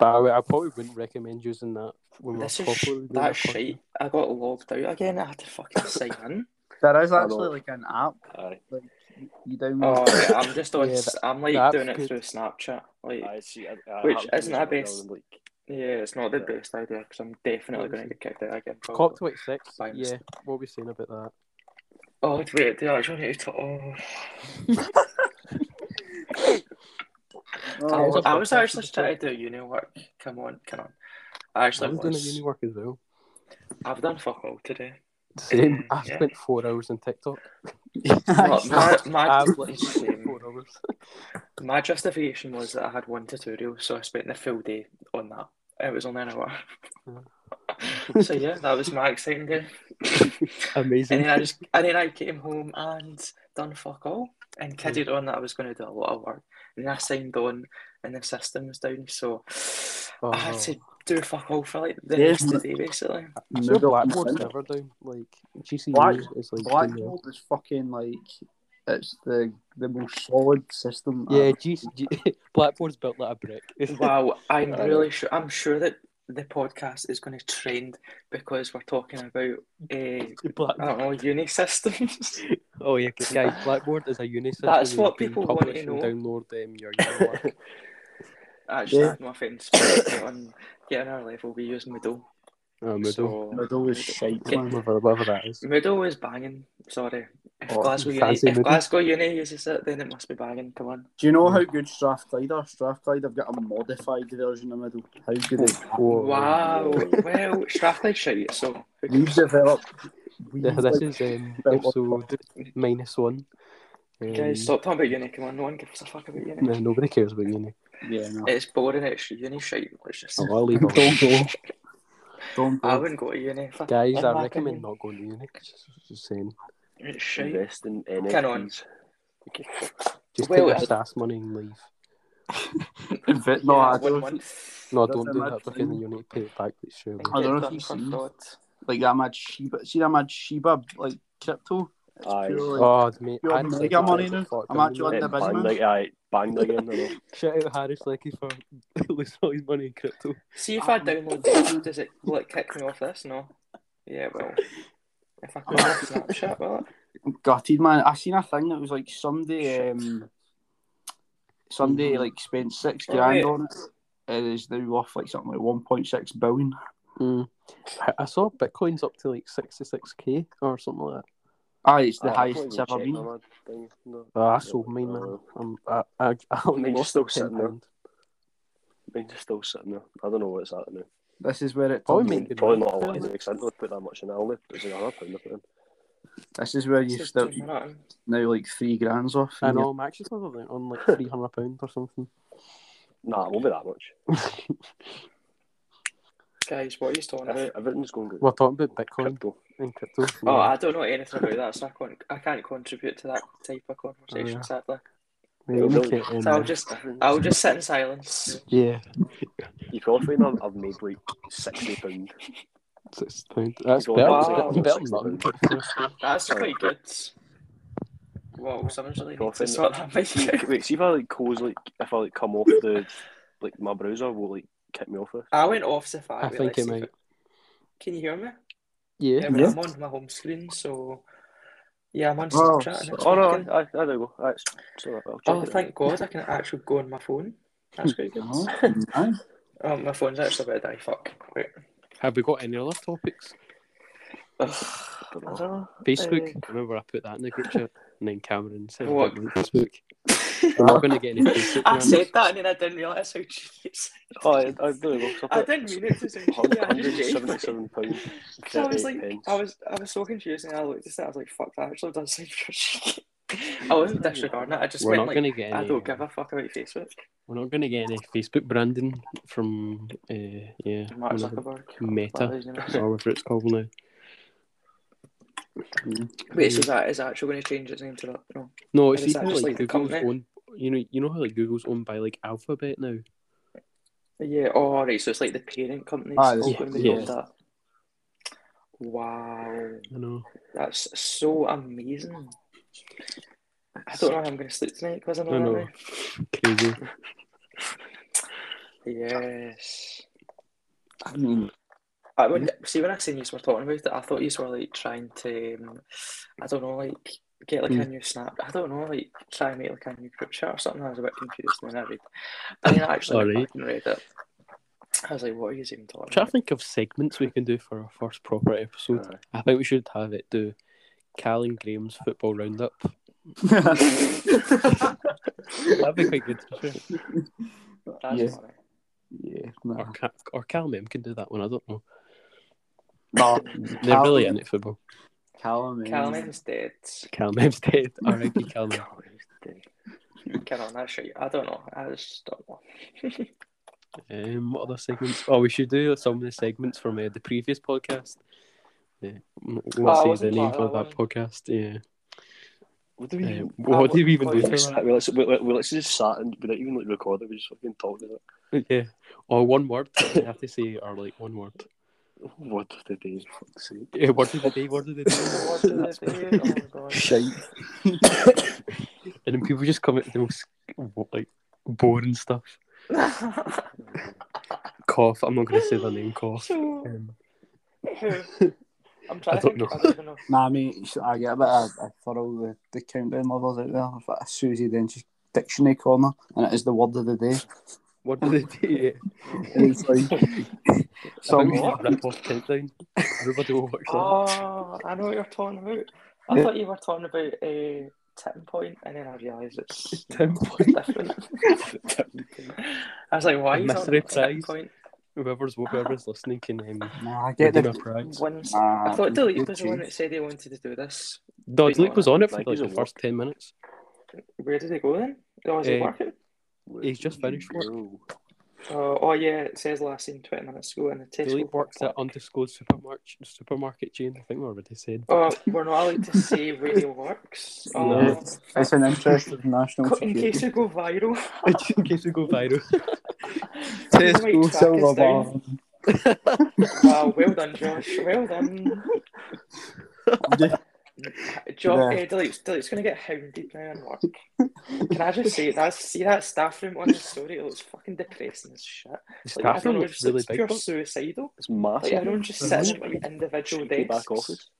Speaker 2: But I, would- I probably wouldn't recommend using that when we're
Speaker 5: This is sh-
Speaker 2: properly doing
Speaker 5: that
Speaker 2: a podcast.
Speaker 5: shit. I got logged out again. I had to fucking sign in.
Speaker 1: There is
Speaker 4: I
Speaker 1: actually
Speaker 4: know.
Speaker 1: like an app
Speaker 4: Aye.
Speaker 1: you download.
Speaker 5: Oh, right, I'm just on.
Speaker 2: Yeah,
Speaker 5: s-
Speaker 2: that-
Speaker 5: I'm like
Speaker 2: that's
Speaker 5: doing it
Speaker 2: good.
Speaker 5: through Snapchat. Like,
Speaker 4: I see. I, I
Speaker 5: Which
Speaker 4: haven't
Speaker 5: isn't
Speaker 4: used
Speaker 5: our
Speaker 4: it,
Speaker 5: best-
Speaker 4: Like,
Speaker 5: yeah, it's not the best idea because I'm definitely going to get kicked out again.
Speaker 2: COP 26.
Speaker 5: By
Speaker 2: Yeah,
Speaker 5: mistake.
Speaker 2: what were we saying about that?
Speaker 5: Oh wait, do I actually need to talk? Oh. I,
Speaker 2: it's
Speaker 5: was,
Speaker 2: a
Speaker 5: I was
Speaker 2: podcast
Speaker 5: actually
Speaker 2: episode.
Speaker 5: trying to do uni work. Come on, come on. I
Speaker 2: I
Speaker 5: actually
Speaker 2: was
Speaker 5: was.
Speaker 2: doing a uni work as well.
Speaker 5: I've done fuck all today.
Speaker 2: Same. I
Speaker 5: Yeah.
Speaker 2: spent four hours on TikTok.
Speaker 5: Well, my,
Speaker 2: I
Speaker 5: my,
Speaker 2: literally spent
Speaker 5: same.
Speaker 2: four hours.
Speaker 5: my justification was that I had one tutorial, so I spent the full day on that. It was only an hour. so yeah, that was my exciting day. And
Speaker 2: Amazing.
Speaker 5: then I just and then I came home and done fuck all and kidded on that I was going to do a lot of work. And then I signed on and the system was down, so I had
Speaker 2: Oh.
Speaker 5: to do fuck all for like the
Speaker 1: Yes.
Speaker 5: rest of the day basically.
Speaker 2: So
Speaker 1: Moodle-
Speaker 2: Blackboard's never down. Like GCU
Speaker 1: Black-
Speaker 2: is like doing
Speaker 1: Blackboard is fucking like it's the the most solid system.
Speaker 2: that. yeah,
Speaker 1: I've-
Speaker 2: G- G- Blackboard's built like a brick.
Speaker 5: Wow, I'm
Speaker 4: Uh,
Speaker 5: really sure. I'm sure that the podcast is going to trend because we're talking about uh, I
Speaker 2: Black-
Speaker 5: don't know uni systems.
Speaker 2: oh yeah, guys, Blackboard is a uni system.
Speaker 5: That's
Speaker 2: where you
Speaker 5: what
Speaker 2: can
Speaker 5: people want to
Speaker 2: publish
Speaker 5: know.
Speaker 2: And download um, your uni work.
Speaker 5: Actually,
Speaker 1: Yeah.
Speaker 5: I had my friends but on getting our level. We use Moodle.
Speaker 2: oh, Moodle.
Speaker 5: So,
Speaker 1: Moodle is shite.
Speaker 5: Okay.
Speaker 1: man.
Speaker 2: Whatever, whatever that is.
Speaker 5: Moodle is banging. Sorry, if
Speaker 1: Oh,
Speaker 5: Glasgow Uni,
Speaker 2: fancy
Speaker 5: if
Speaker 2: Moodle?
Speaker 5: Glasgow Uni uses it, then it must be banging. Come on.
Speaker 1: Do you know how good Strathclyde are? Strathclyde have got a modified version of Moodle. How good is that?
Speaker 2: Whoa.
Speaker 5: Wow. well, Strathclyde shite. So who
Speaker 1: We've
Speaker 5: cares?
Speaker 1: developed. We've
Speaker 2: Yeah, this
Speaker 1: like,
Speaker 2: is um,
Speaker 1: built on
Speaker 2: episode minus one. Um,
Speaker 5: guys, stop talking about uni. Come on, no one gives a fuck about uni.
Speaker 2: No, nobody cares about uni.
Speaker 1: Yeah, no.
Speaker 5: It's boring. It's uni shite. Let's just.
Speaker 2: Oh, I'll leave. it alone.
Speaker 1: Don't go. Don't
Speaker 5: I
Speaker 1: go.
Speaker 5: wouldn't go to uni. Fuck,
Speaker 2: Guys,
Speaker 5: in
Speaker 2: I
Speaker 5: my
Speaker 2: recommend
Speaker 5: opinion.
Speaker 2: not going to uni. Just, just saying.
Speaker 5: It's shite.
Speaker 4: Invest in
Speaker 5: Get on.
Speaker 4: NFTs.
Speaker 2: Just
Speaker 5: Well,
Speaker 2: take
Speaker 5: I-
Speaker 2: your SAS money and leave.
Speaker 1: Inve- no,
Speaker 5: Yeah,
Speaker 1: I
Speaker 5: one
Speaker 1: don't.
Speaker 5: month.
Speaker 2: No,
Speaker 1: That's
Speaker 2: don't
Speaker 1: a
Speaker 2: do
Speaker 1: mad
Speaker 2: that because then
Speaker 1: thing.
Speaker 2: you'll need to pay it back. It's true.
Speaker 5: and
Speaker 1: I don't
Speaker 5: get
Speaker 1: know if
Speaker 5: done
Speaker 1: you've
Speaker 5: for
Speaker 1: seen-
Speaker 5: fraud.
Speaker 1: Like that mad Sheba. See that mad Sheba like crypto.
Speaker 4: Aye.
Speaker 1: Pure, like,
Speaker 2: Oh, mate,
Speaker 1: You're
Speaker 2: Harris
Speaker 1: mega
Speaker 2: Leakey's
Speaker 1: money
Speaker 2: got
Speaker 1: now.
Speaker 2: fucked
Speaker 1: I'm
Speaker 2: up in
Speaker 1: actually
Speaker 2: there.
Speaker 1: on the
Speaker 4: Bang
Speaker 1: business.
Speaker 4: the aye, bang the game. you know.
Speaker 2: Shout out Harris Leakey for losing all his money in crypto.
Speaker 5: See if I download this, does it will it kick me off this? No. Yeah, well. If I click off Snapchat, well
Speaker 1: gutted, man. I seen a thing that was like somebody, um, somebody like spent six
Speaker 5: Mm-hmm. Oh,
Speaker 1: grand
Speaker 5: yeah.
Speaker 1: on it. It is now worth like something like one point six billion.
Speaker 2: Mm. I- I saw Bitcoin's up to like 66k or something like
Speaker 1: Ah, it's the
Speaker 4: Aye,
Speaker 1: highest
Speaker 4: I've
Speaker 1: it's
Speaker 4: not
Speaker 1: ever
Speaker 4: even
Speaker 1: been.
Speaker 4: checked my thing, no.
Speaker 2: that. Ah, I sold mine, man. I'm, I, I, I only
Speaker 4: Mine's
Speaker 2: lost
Speaker 4: still
Speaker 2: £10.
Speaker 4: sitting there. Mine's still sitting there. I don't know what's at now.
Speaker 1: This is where it
Speaker 2: Probably
Speaker 1: turns.
Speaker 2: mean- Making
Speaker 4: Probably, probably
Speaker 2: money.
Speaker 4: not a lot because I don't put that much in. I only put another pound of it in.
Speaker 1: This is where you
Speaker 5: it's
Speaker 1: still
Speaker 5: doing nothing.
Speaker 1: now like three grand's off.
Speaker 2: I
Speaker 1: and
Speaker 2: know, I'm actually probably on like £300 or something.
Speaker 4: Nah, it won't be that much.
Speaker 5: Guys, what are you talking about?
Speaker 4: Every- Everything's going good.
Speaker 2: We're talking about Bitcoin
Speaker 4: Crypto.
Speaker 2: and crypto.
Speaker 5: Oh, I don't know anything about that, so I can't I can't contribute to that type of conversation
Speaker 2: Oh, yeah.
Speaker 5: sadly.
Speaker 2: Yeah, we
Speaker 4: Well,
Speaker 2: can, um,
Speaker 5: So I'll just I'll just sit in silence.
Speaker 2: yeah,
Speaker 4: You probably find I've, I've made like sixty pound.
Speaker 2: six pound. That's
Speaker 4: Wow.
Speaker 2: better.
Speaker 5: Wow.
Speaker 2: That's better than nothing.
Speaker 5: That's quite good. Whoa, someone's really needs to
Speaker 4: Profit.
Speaker 5: sort that mic out.
Speaker 4: Wait, see if I like cause like if I like come off the like my browser will like kick me off it.
Speaker 5: I went off Safari.
Speaker 2: I think
Speaker 5: let's
Speaker 2: it
Speaker 5: see if
Speaker 2: might.
Speaker 5: Can you hear me?
Speaker 2: Yeah.
Speaker 5: Yeah, but I'm on my home screen, so yeah, I'm on
Speaker 1: Oh,
Speaker 5: Snapchat. and it's
Speaker 4: Oh no,
Speaker 5: working.
Speaker 4: I, I, I don't go. Aye, it's, it's all right, I'll check it
Speaker 5: Oh,
Speaker 4: out.
Speaker 5: thank God I can actually go on my phone. That's quite good.
Speaker 1: you- Aye.
Speaker 5: Oh, my phone's actually about to die. Fuck. Wait.
Speaker 2: Have we got any other topics?
Speaker 4: I don't know.
Speaker 2: Facebook.
Speaker 5: Uh,
Speaker 2: Remember, I put that in the group chat, and then Cameron said
Speaker 5: What?
Speaker 2: about Facebook. We're not going to get any Facebook.
Speaker 5: I
Speaker 2: now.
Speaker 5: said that and then I didn't realise how genius.
Speaker 4: Oh, I, I don't go. So
Speaker 5: I didn't mean it to sound genius. I
Speaker 4: Hundred
Speaker 5: just did.
Speaker 4: seventy-seven pounds.
Speaker 5: So I was like, I was, I was so confused, and I looked at it. I was like, "Fuck, that actually does sound shit." I wasn't disregarding it. I just
Speaker 2: We're
Speaker 5: meant
Speaker 2: not
Speaker 5: like,
Speaker 2: going to get
Speaker 5: I
Speaker 2: any.
Speaker 5: don't give a fuck about Facebook.
Speaker 2: We're not going to get any Facebook branding from uh, yeah
Speaker 5: Mark
Speaker 2: whatever,
Speaker 5: Zuckerberg. Whatever
Speaker 2: Meta
Speaker 5: his name is.
Speaker 2: or whatever it's called now.
Speaker 5: Wait, so is that is actually going to change its name to that? No.
Speaker 2: No, it's
Speaker 5: Is that
Speaker 2: even
Speaker 5: just,
Speaker 2: like
Speaker 5: like, the
Speaker 2: Google's
Speaker 5: company?
Speaker 2: owned. You know, you know how like Google's owned by like Alphabet now.
Speaker 5: Yeah. Oh, all right. So it's like the parent company.
Speaker 1: Ah,
Speaker 5: all
Speaker 1: yeah,
Speaker 5: going to be
Speaker 2: yeah.
Speaker 5: called that. Wow,
Speaker 2: I know.
Speaker 5: that's so amazing. I don't know how I'm going to sleep tonight because I know
Speaker 2: I
Speaker 5: that.
Speaker 2: know.
Speaker 5: now.
Speaker 2: Crazy.
Speaker 5: Yes.
Speaker 1: I mean,
Speaker 5: I would see when I seen you were talking about it, I thought you were like trying to, um, I don't know, like get like a new snap. I don't know, like try and make like a new group chat or something. I was a bit confused and then I read, and then I actually went
Speaker 2: Alright.
Speaker 5: back and read it. I was like, what are you even talking
Speaker 2: trying
Speaker 5: about?
Speaker 2: to think of segments we can do for our first proper episode. I think we should have it do Cal and Graham's football roundup. That'd be quite good. To share.
Speaker 5: That's
Speaker 1: Yeah.
Speaker 5: funny.
Speaker 1: yeah,
Speaker 2: Or,
Speaker 1: no.
Speaker 2: Ca- or Cal Mem can do that one. I don't know.
Speaker 1: no
Speaker 2: They're really
Speaker 1: Cal-
Speaker 2: in it football.
Speaker 1: Callum. eh,
Speaker 5: Callum M's dead.
Speaker 2: Calmev's dead. R.I.P. Calmev.
Speaker 5: Come on, that's right. I don't know. I just don't know.
Speaker 2: Um, what other segments? Oh, we should do some of the segments from uh, the previous podcast. Yeah. What
Speaker 5: I
Speaker 2: says the
Speaker 5: wasn't
Speaker 2: name
Speaker 5: part
Speaker 2: of
Speaker 5: of
Speaker 2: that
Speaker 5: that
Speaker 2: podcast? Yeah.
Speaker 4: What do
Speaker 2: Uh,
Speaker 4: we?
Speaker 2: what did we even do
Speaker 5: what-
Speaker 2: for
Speaker 5: what-
Speaker 2: that?
Speaker 4: Sat- We literally- we, we, we literally just sat and without even like recording, we just fucking talked about it.
Speaker 2: Yeah. Or one word. You have to say, or like one word.
Speaker 4: What did the day? Fuck's sake.
Speaker 2: Yeah, word of the day, word of the day.
Speaker 5: What did I do? Oh my god.
Speaker 2: and then people just come at the most like boring stuff. Cough. I'm not going to say their name, cough.
Speaker 5: So-
Speaker 2: Um,
Speaker 5: I'm trying
Speaker 2: I
Speaker 5: to
Speaker 2: don't
Speaker 5: think. I don't even know.
Speaker 1: Nah, mate, sh- I get a bit of a thorough the, the countdown levels out there. I've got a Susie Dench's dictionary corner, and it is the word of the day.
Speaker 2: word of the day.
Speaker 1: And it's like,
Speaker 2: So
Speaker 1: some,
Speaker 2: we should rip off countdown. Everybody will watch that.
Speaker 5: Oh, I know what you're talking about. I thought you were talking about a uh, tipping point, and then I realised it's
Speaker 2: Ten point.
Speaker 5: different. I was like, why
Speaker 2: A
Speaker 5: is that
Speaker 2: mystery
Speaker 5: a
Speaker 2: prize.
Speaker 5: tipping point?
Speaker 2: Whoever's whoever's listening can um,
Speaker 1: nah, I
Speaker 2: give
Speaker 1: get
Speaker 2: them a
Speaker 1: the.
Speaker 2: prize.
Speaker 5: Wins.
Speaker 1: Nah,
Speaker 5: I thought Delete
Speaker 1: good
Speaker 5: was the one that
Speaker 1: choice.
Speaker 5: said they wanted to do this.
Speaker 2: No,
Speaker 5: Wait, no,
Speaker 2: Luke was on it for
Speaker 4: like,
Speaker 2: like
Speaker 4: he's
Speaker 2: the
Speaker 4: a
Speaker 2: first ten minutes.
Speaker 5: Where did they go then? Oh, is it
Speaker 2: Uh,
Speaker 5: working?
Speaker 2: He's just finished work.
Speaker 4: No.
Speaker 5: Oh, oh, yeah, it says last seen 20 minutes ago in the test.
Speaker 2: Delete works at undisclosed supermarket supermarket chain. I think we already said.
Speaker 5: Oh, we're not allowed to say where he works. Oh,
Speaker 2: No.
Speaker 1: It's an interest of national
Speaker 5: cut in
Speaker 1: security.
Speaker 5: case we go viral.
Speaker 2: Just in case we go viral.
Speaker 5: Tesco
Speaker 1: "Oh,
Speaker 5: might track silver us down.
Speaker 1: I'm
Speaker 5: Wow, well done, Josh. Well done.
Speaker 1: just-
Speaker 5: Job,
Speaker 1: Yeah.
Speaker 5: eh, Delete's, Delete's going to get hounded now in work. Can I just say, that? see that staff room on the story? It looks fucking depressing as shit.
Speaker 2: The
Speaker 5: Like, I
Speaker 2: staff
Speaker 5: don't
Speaker 2: room
Speaker 5: know,
Speaker 2: looks
Speaker 5: it's
Speaker 2: really
Speaker 5: it's
Speaker 2: big.
Speaker 5: pure
Speaker 2: but
Speaker 5: suicidal.
Speaker 4: It's
Speaker 5: Like,
Speaker 4: massive.
Speaker 5: everyone's just sitting at like, individual
Speaker 4: Shaky
Speaker 5: desks.
Speaker 4: back office.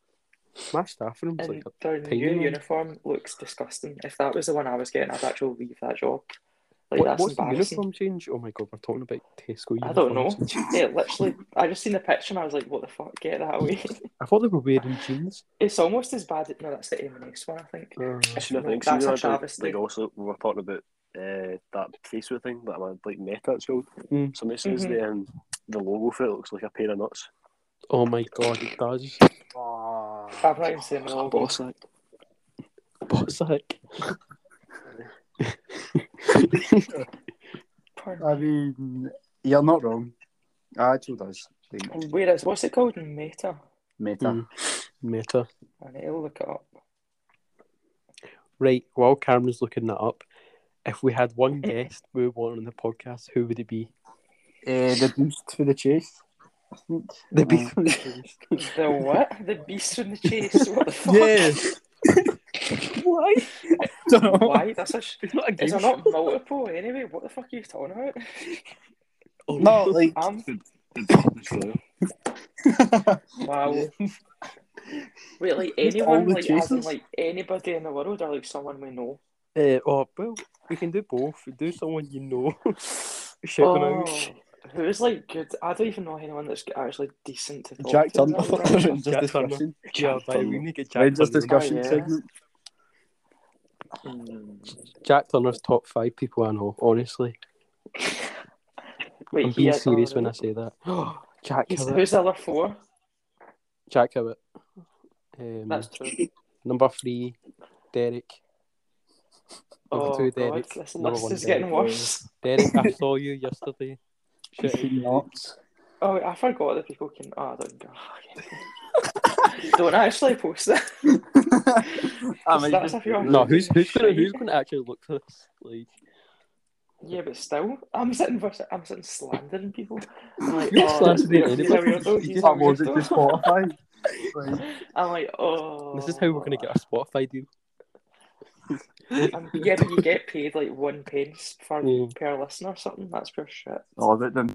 Speaker 2: My staff room's
Speaker 5: And
Speaker 2: like a-
Speaker 5: their
Speaker 2: penguin
Speaker 5: new
Speaker 2: one.
Speaker 5: uniform looks disgusting. If that was the one I was getting, I'd actually leave that job. Like
Speaker 2: what,
Speaker 5: that's
Speaker 2: what's the
Speaker 5: embarrassing.
Speaker 2: uniform change? Oh my god, we're talking about Tesco uniforms.
Speaker 5: I don't know. Yeah, literally, I just seen the picture and I was like, "What the fuck? Get that away!"
Speaker 2: I thought they were wearing jeans.
Speaker 5: it's almost as bad. No, that's the M&S one, I think.
Speaker 2: Uh,
Speaker 4: That's another
Speaker 5: No,
Speaker 4: thing. See,
Speaker 5: that's
Speaker 4: you know, I'd
Speaker 5: a
Speaker 4: like,
Speaker 5: travesty.
Speaker 4: like also we were talking about uh, that Facebook thing that I'm like Meta it's called.
Speaker 2: Mm.
Speaker 4: Somebody says
Speaker 5: Mhm.
Speaker 4: the um, the logo for it looks like a pair of nuts.
Speaker 2: oh my god, it does.
Speaker 1: Ah.
Speaker 5: I'm not even saying the logo.
Speaker 4: Boss like
Speaker 2: What's that?
Speaker 1: I mean, you're not wrong. It actually does. Like,
Speaker 5: Where is what's it called? Meta.
Speaker 1: meta.
Speaker 2: Mm. Meta.
Speaker 5: I need to look it up.
Speaker 2: Right, while Cameron's looking that up, if we had one guest we would want on the podcast, who would it be?
Speaker 1: Uh, the beast for the chase. I think.
Speaker 2: The
Speaker 1: Beast
Speaker 2: from the
Speaker 5: The what? the Beast from the Chase. What the fuck?
Speaker 2: Yes. Why?
Speaker 1: Dunno.
Speaker 5: Why? That's a. Sh-
Speaker 2: It's not a game.
Speaker 5: is there not multiple anyway? What the fuck are you talking about? Um,
Speaker 2: Oh,
Speaker 1: No, like
Speaker 5: I'm wow. Wait, like
Speaker 1: Just
Speaker 5: anyone,
Speaker 1: all the
Speaker 5: like as in,
Speaker 1: chases?
Speaker 5: like anybody in the world, or like someone we know.
Speaker 2: Uh, oh, well, we can do both. Do someone you know. Shout them out.
Speaker 5: Oh, who's like good? I don't even know anyone that's actually decent to talk
Speaker 1: Jack
Speaker 5: to.
Speaker 1: Turner.
Speaker 5: Right?
Speaker 1: Just discussion.
Speaker 2: Yeah, but we need to get Jack
Speaker 1: Rangers
Speaker 2: Turner.
Speaker 1: discussion
Speaker 5: Oh, yeah.
Speaker 1: segment.
Speaker 2: Jack Turner's top five people I know, honestly.
Speaker 5: Wait,
Speaker 2: I'm being
Speaker 5: yeah,
Speaker 2: serious
Speaker 5: oh,
Speaker 2: when I say that. Jack
Speaker 5: who's-
Speaker 2: Hewitt.
Speaker 5: Who's the other four?
Speaker 2: Jack Hewitt. Um,
Speaker 5: That's two.
Speaker 2: Number three, Derek. Number
Speaker 5: Oh
Speaker 2: two,
Speaker 5: God,
Speaker 2: Derek.
Speaker 5: this
Speaker 2: Number
Speaker 5: list
Speaker 2: one,
Speaker 5: is getting
Speaker 2: Derek.
Speaker 5: worse.
Speaker 2: Derek, I saw you yesterday. Shout out, Derek.
Speaker 5: Oh, wait, I forgot that people can. Oh, I don't go. don't actually post that.
Speaker 1: I
Speaker 5: That's a few-
Speaker 2: No, who's who's gonna
Speaker 5: Shite.
Speaker 2: who's gonna actually look for this? Like
Speaker 5: Yeah, but still, I'm sitting vers I'm sitting slandering people. I'm like,
Speaker 2: You're
Speaker 5: oh,
Speaker 2: slandering
Speaker 5: he's a
Speaker 2: anybody.
Speaker 5: weirdo,
Speaker 2: You
Speaker 5: he's a
Speaker 2: just-
Speaker 1: was it
Speaker 5: weirdo.
Speaker 1: just Spotify? Like,
Speaker 5: I'm like, oh.
Speaker 2: this is how we're gonna get a Spotify deal.
Speaker 5: Um, yeah, but you get paid like one pence for
Speaker 2: Yeah. Oh,
Speaker 5: per listener or something. That's pure shit.
Speaker 1: all about them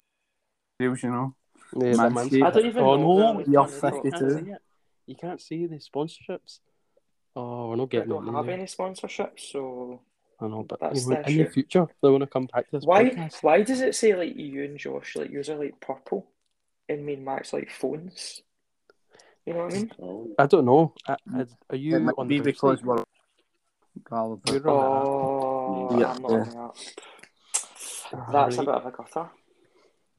Speaker 1: deals, you know.
Speaker 2: Yeah,
Speaker 1: Man
Speaker 2: that man's-
Speaker 1: City.
Speaker 5: I don't even
Speaker 2: oh,
Speaker 5: know.
Speaker 2: no,
Speaker 5: where
Speaker 1: you're
Speaker 5: they're from.
Speaker 2: You can't
Speaker 1: 52.
Speaker 2: see it. You can't see the sponsorships. Oh, we're not
Speaker 5: I
Speaker 2: getting it.
Speaker 5: don't have
Speaker 2: now.
Speaker 5: any sponsorship, so
Speaker 2: I know, but
Speaker 5: That's
Speaker 2: you know,
Speaker 5: the
Speaker 2: in the
Speaker 5: issue.
Speaker 2: future they want to come back to this
Speaker 5: why
Speaker 2: podcast.
Speaker 5: why does it say like you and Josh like yours are like purple, and me and Max like phones? You know what I mean?
Speaker 2: I don't know. I, I, are
Speaker 1: It
Speaker 2: you
Speaker 1: might
Speaker 2: on
Speaker 1: be
Speaker 2: the
Speaker 1: because
Speaker 2: website?
Speaker 1: we're rather than-
Speaker 2: You're on
Speaker 5: Oh,
Speaker 1: Yeah.
Speaker 5: I'm not on that.
Speaker 2: the app.
Speaker 5: That's a
Speaker 2: Right.
Speaker 5: bit of a gutter.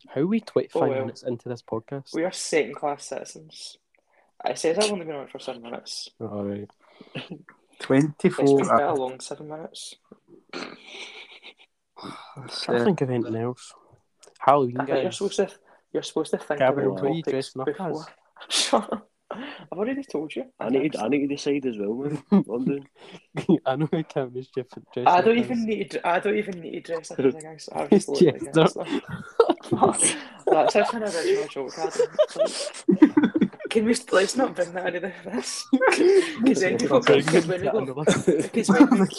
Speaker 2: How are we 25
Speaker 5: Oh, well.
Speaker 2: minutes into this podcast?
Speaker 5: We are second class citizens. It says I've only been on it for seven minutes.
Speaker 2: All right.
Speaker 5: It's
Speaker 2: Oh,
Speaker 5: been
Speaker 1: 24
Speaker 2: uh,
Speaker 5: quite a
Speaker 1: hours.
Speaker 5: long seven minutes.
Speaker 2: Can't think of anything else. Halloween,
Speaker 5: I think you're
Speaker 2: guys.
Speaker 5: supposed to you're supposed to think
Speaker 2: Gabriel,
Speaker 5: about
Speaker 2: what are you
Speaker 5: topics
Speaker 2: dressing up as?
Speaker 5: before. Shut up. I've already told you.
Speaker 4: I need, I need to decide as well, man. London.
Speaker 2: I know I can't miss Jeff.
Speaker 5: I don't even need. to- I don't even need to dress up as a gangster. I just look like a
Speaker 2: Jester.
Speaker 5: gangster. That's such an original joke. Adam. It's like- Can we? Let's not bring that into this. Because then people because when we go because when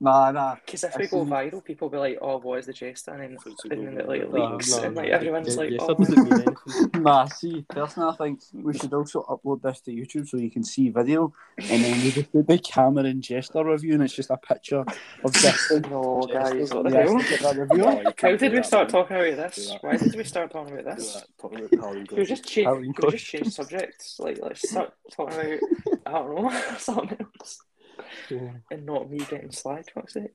Speaker 1: Nah, nah.
Speaker 5: because if we go viral, people will be like, "Oh, what is the jester?" And then and then it like
Speaker 2: No,
Speaker 5: leaks,
Speaker 2: no,
Speaker 5: and like
Speaker 2: no.
Speaker 5: everyone's
Speaker 2: Yeah,
Speaker 5: like,
Speaker 2: yeah,
Speaker 5: "Oh,
Speaker 2: that doesn't mean anything.
Speaker 1: Nah, see, personally, I think we should also upload this to YouTube so you can see video, and then we just do the camera and Jester review, and it's just a picture of Jester.
Speaker 5: no, guys, what the
Speaker 1: Yeah,
Speaker 5: hell?"
Speaker 1: it's a review.
Speaker 5: How did we start talking about this? Why did we start talking about this?
Speaker 4: Talking about Halloween
Speaker 5: Could we
Speaker 4: costumes.
Speaker 5: just change?
Speaker 2: Halloween
Speaker 5: Could we just change subjects? Like, let's start talking about I don't know something else,
Speaker 2: Yeah.
Speaker 5: and not me getting slide for sake.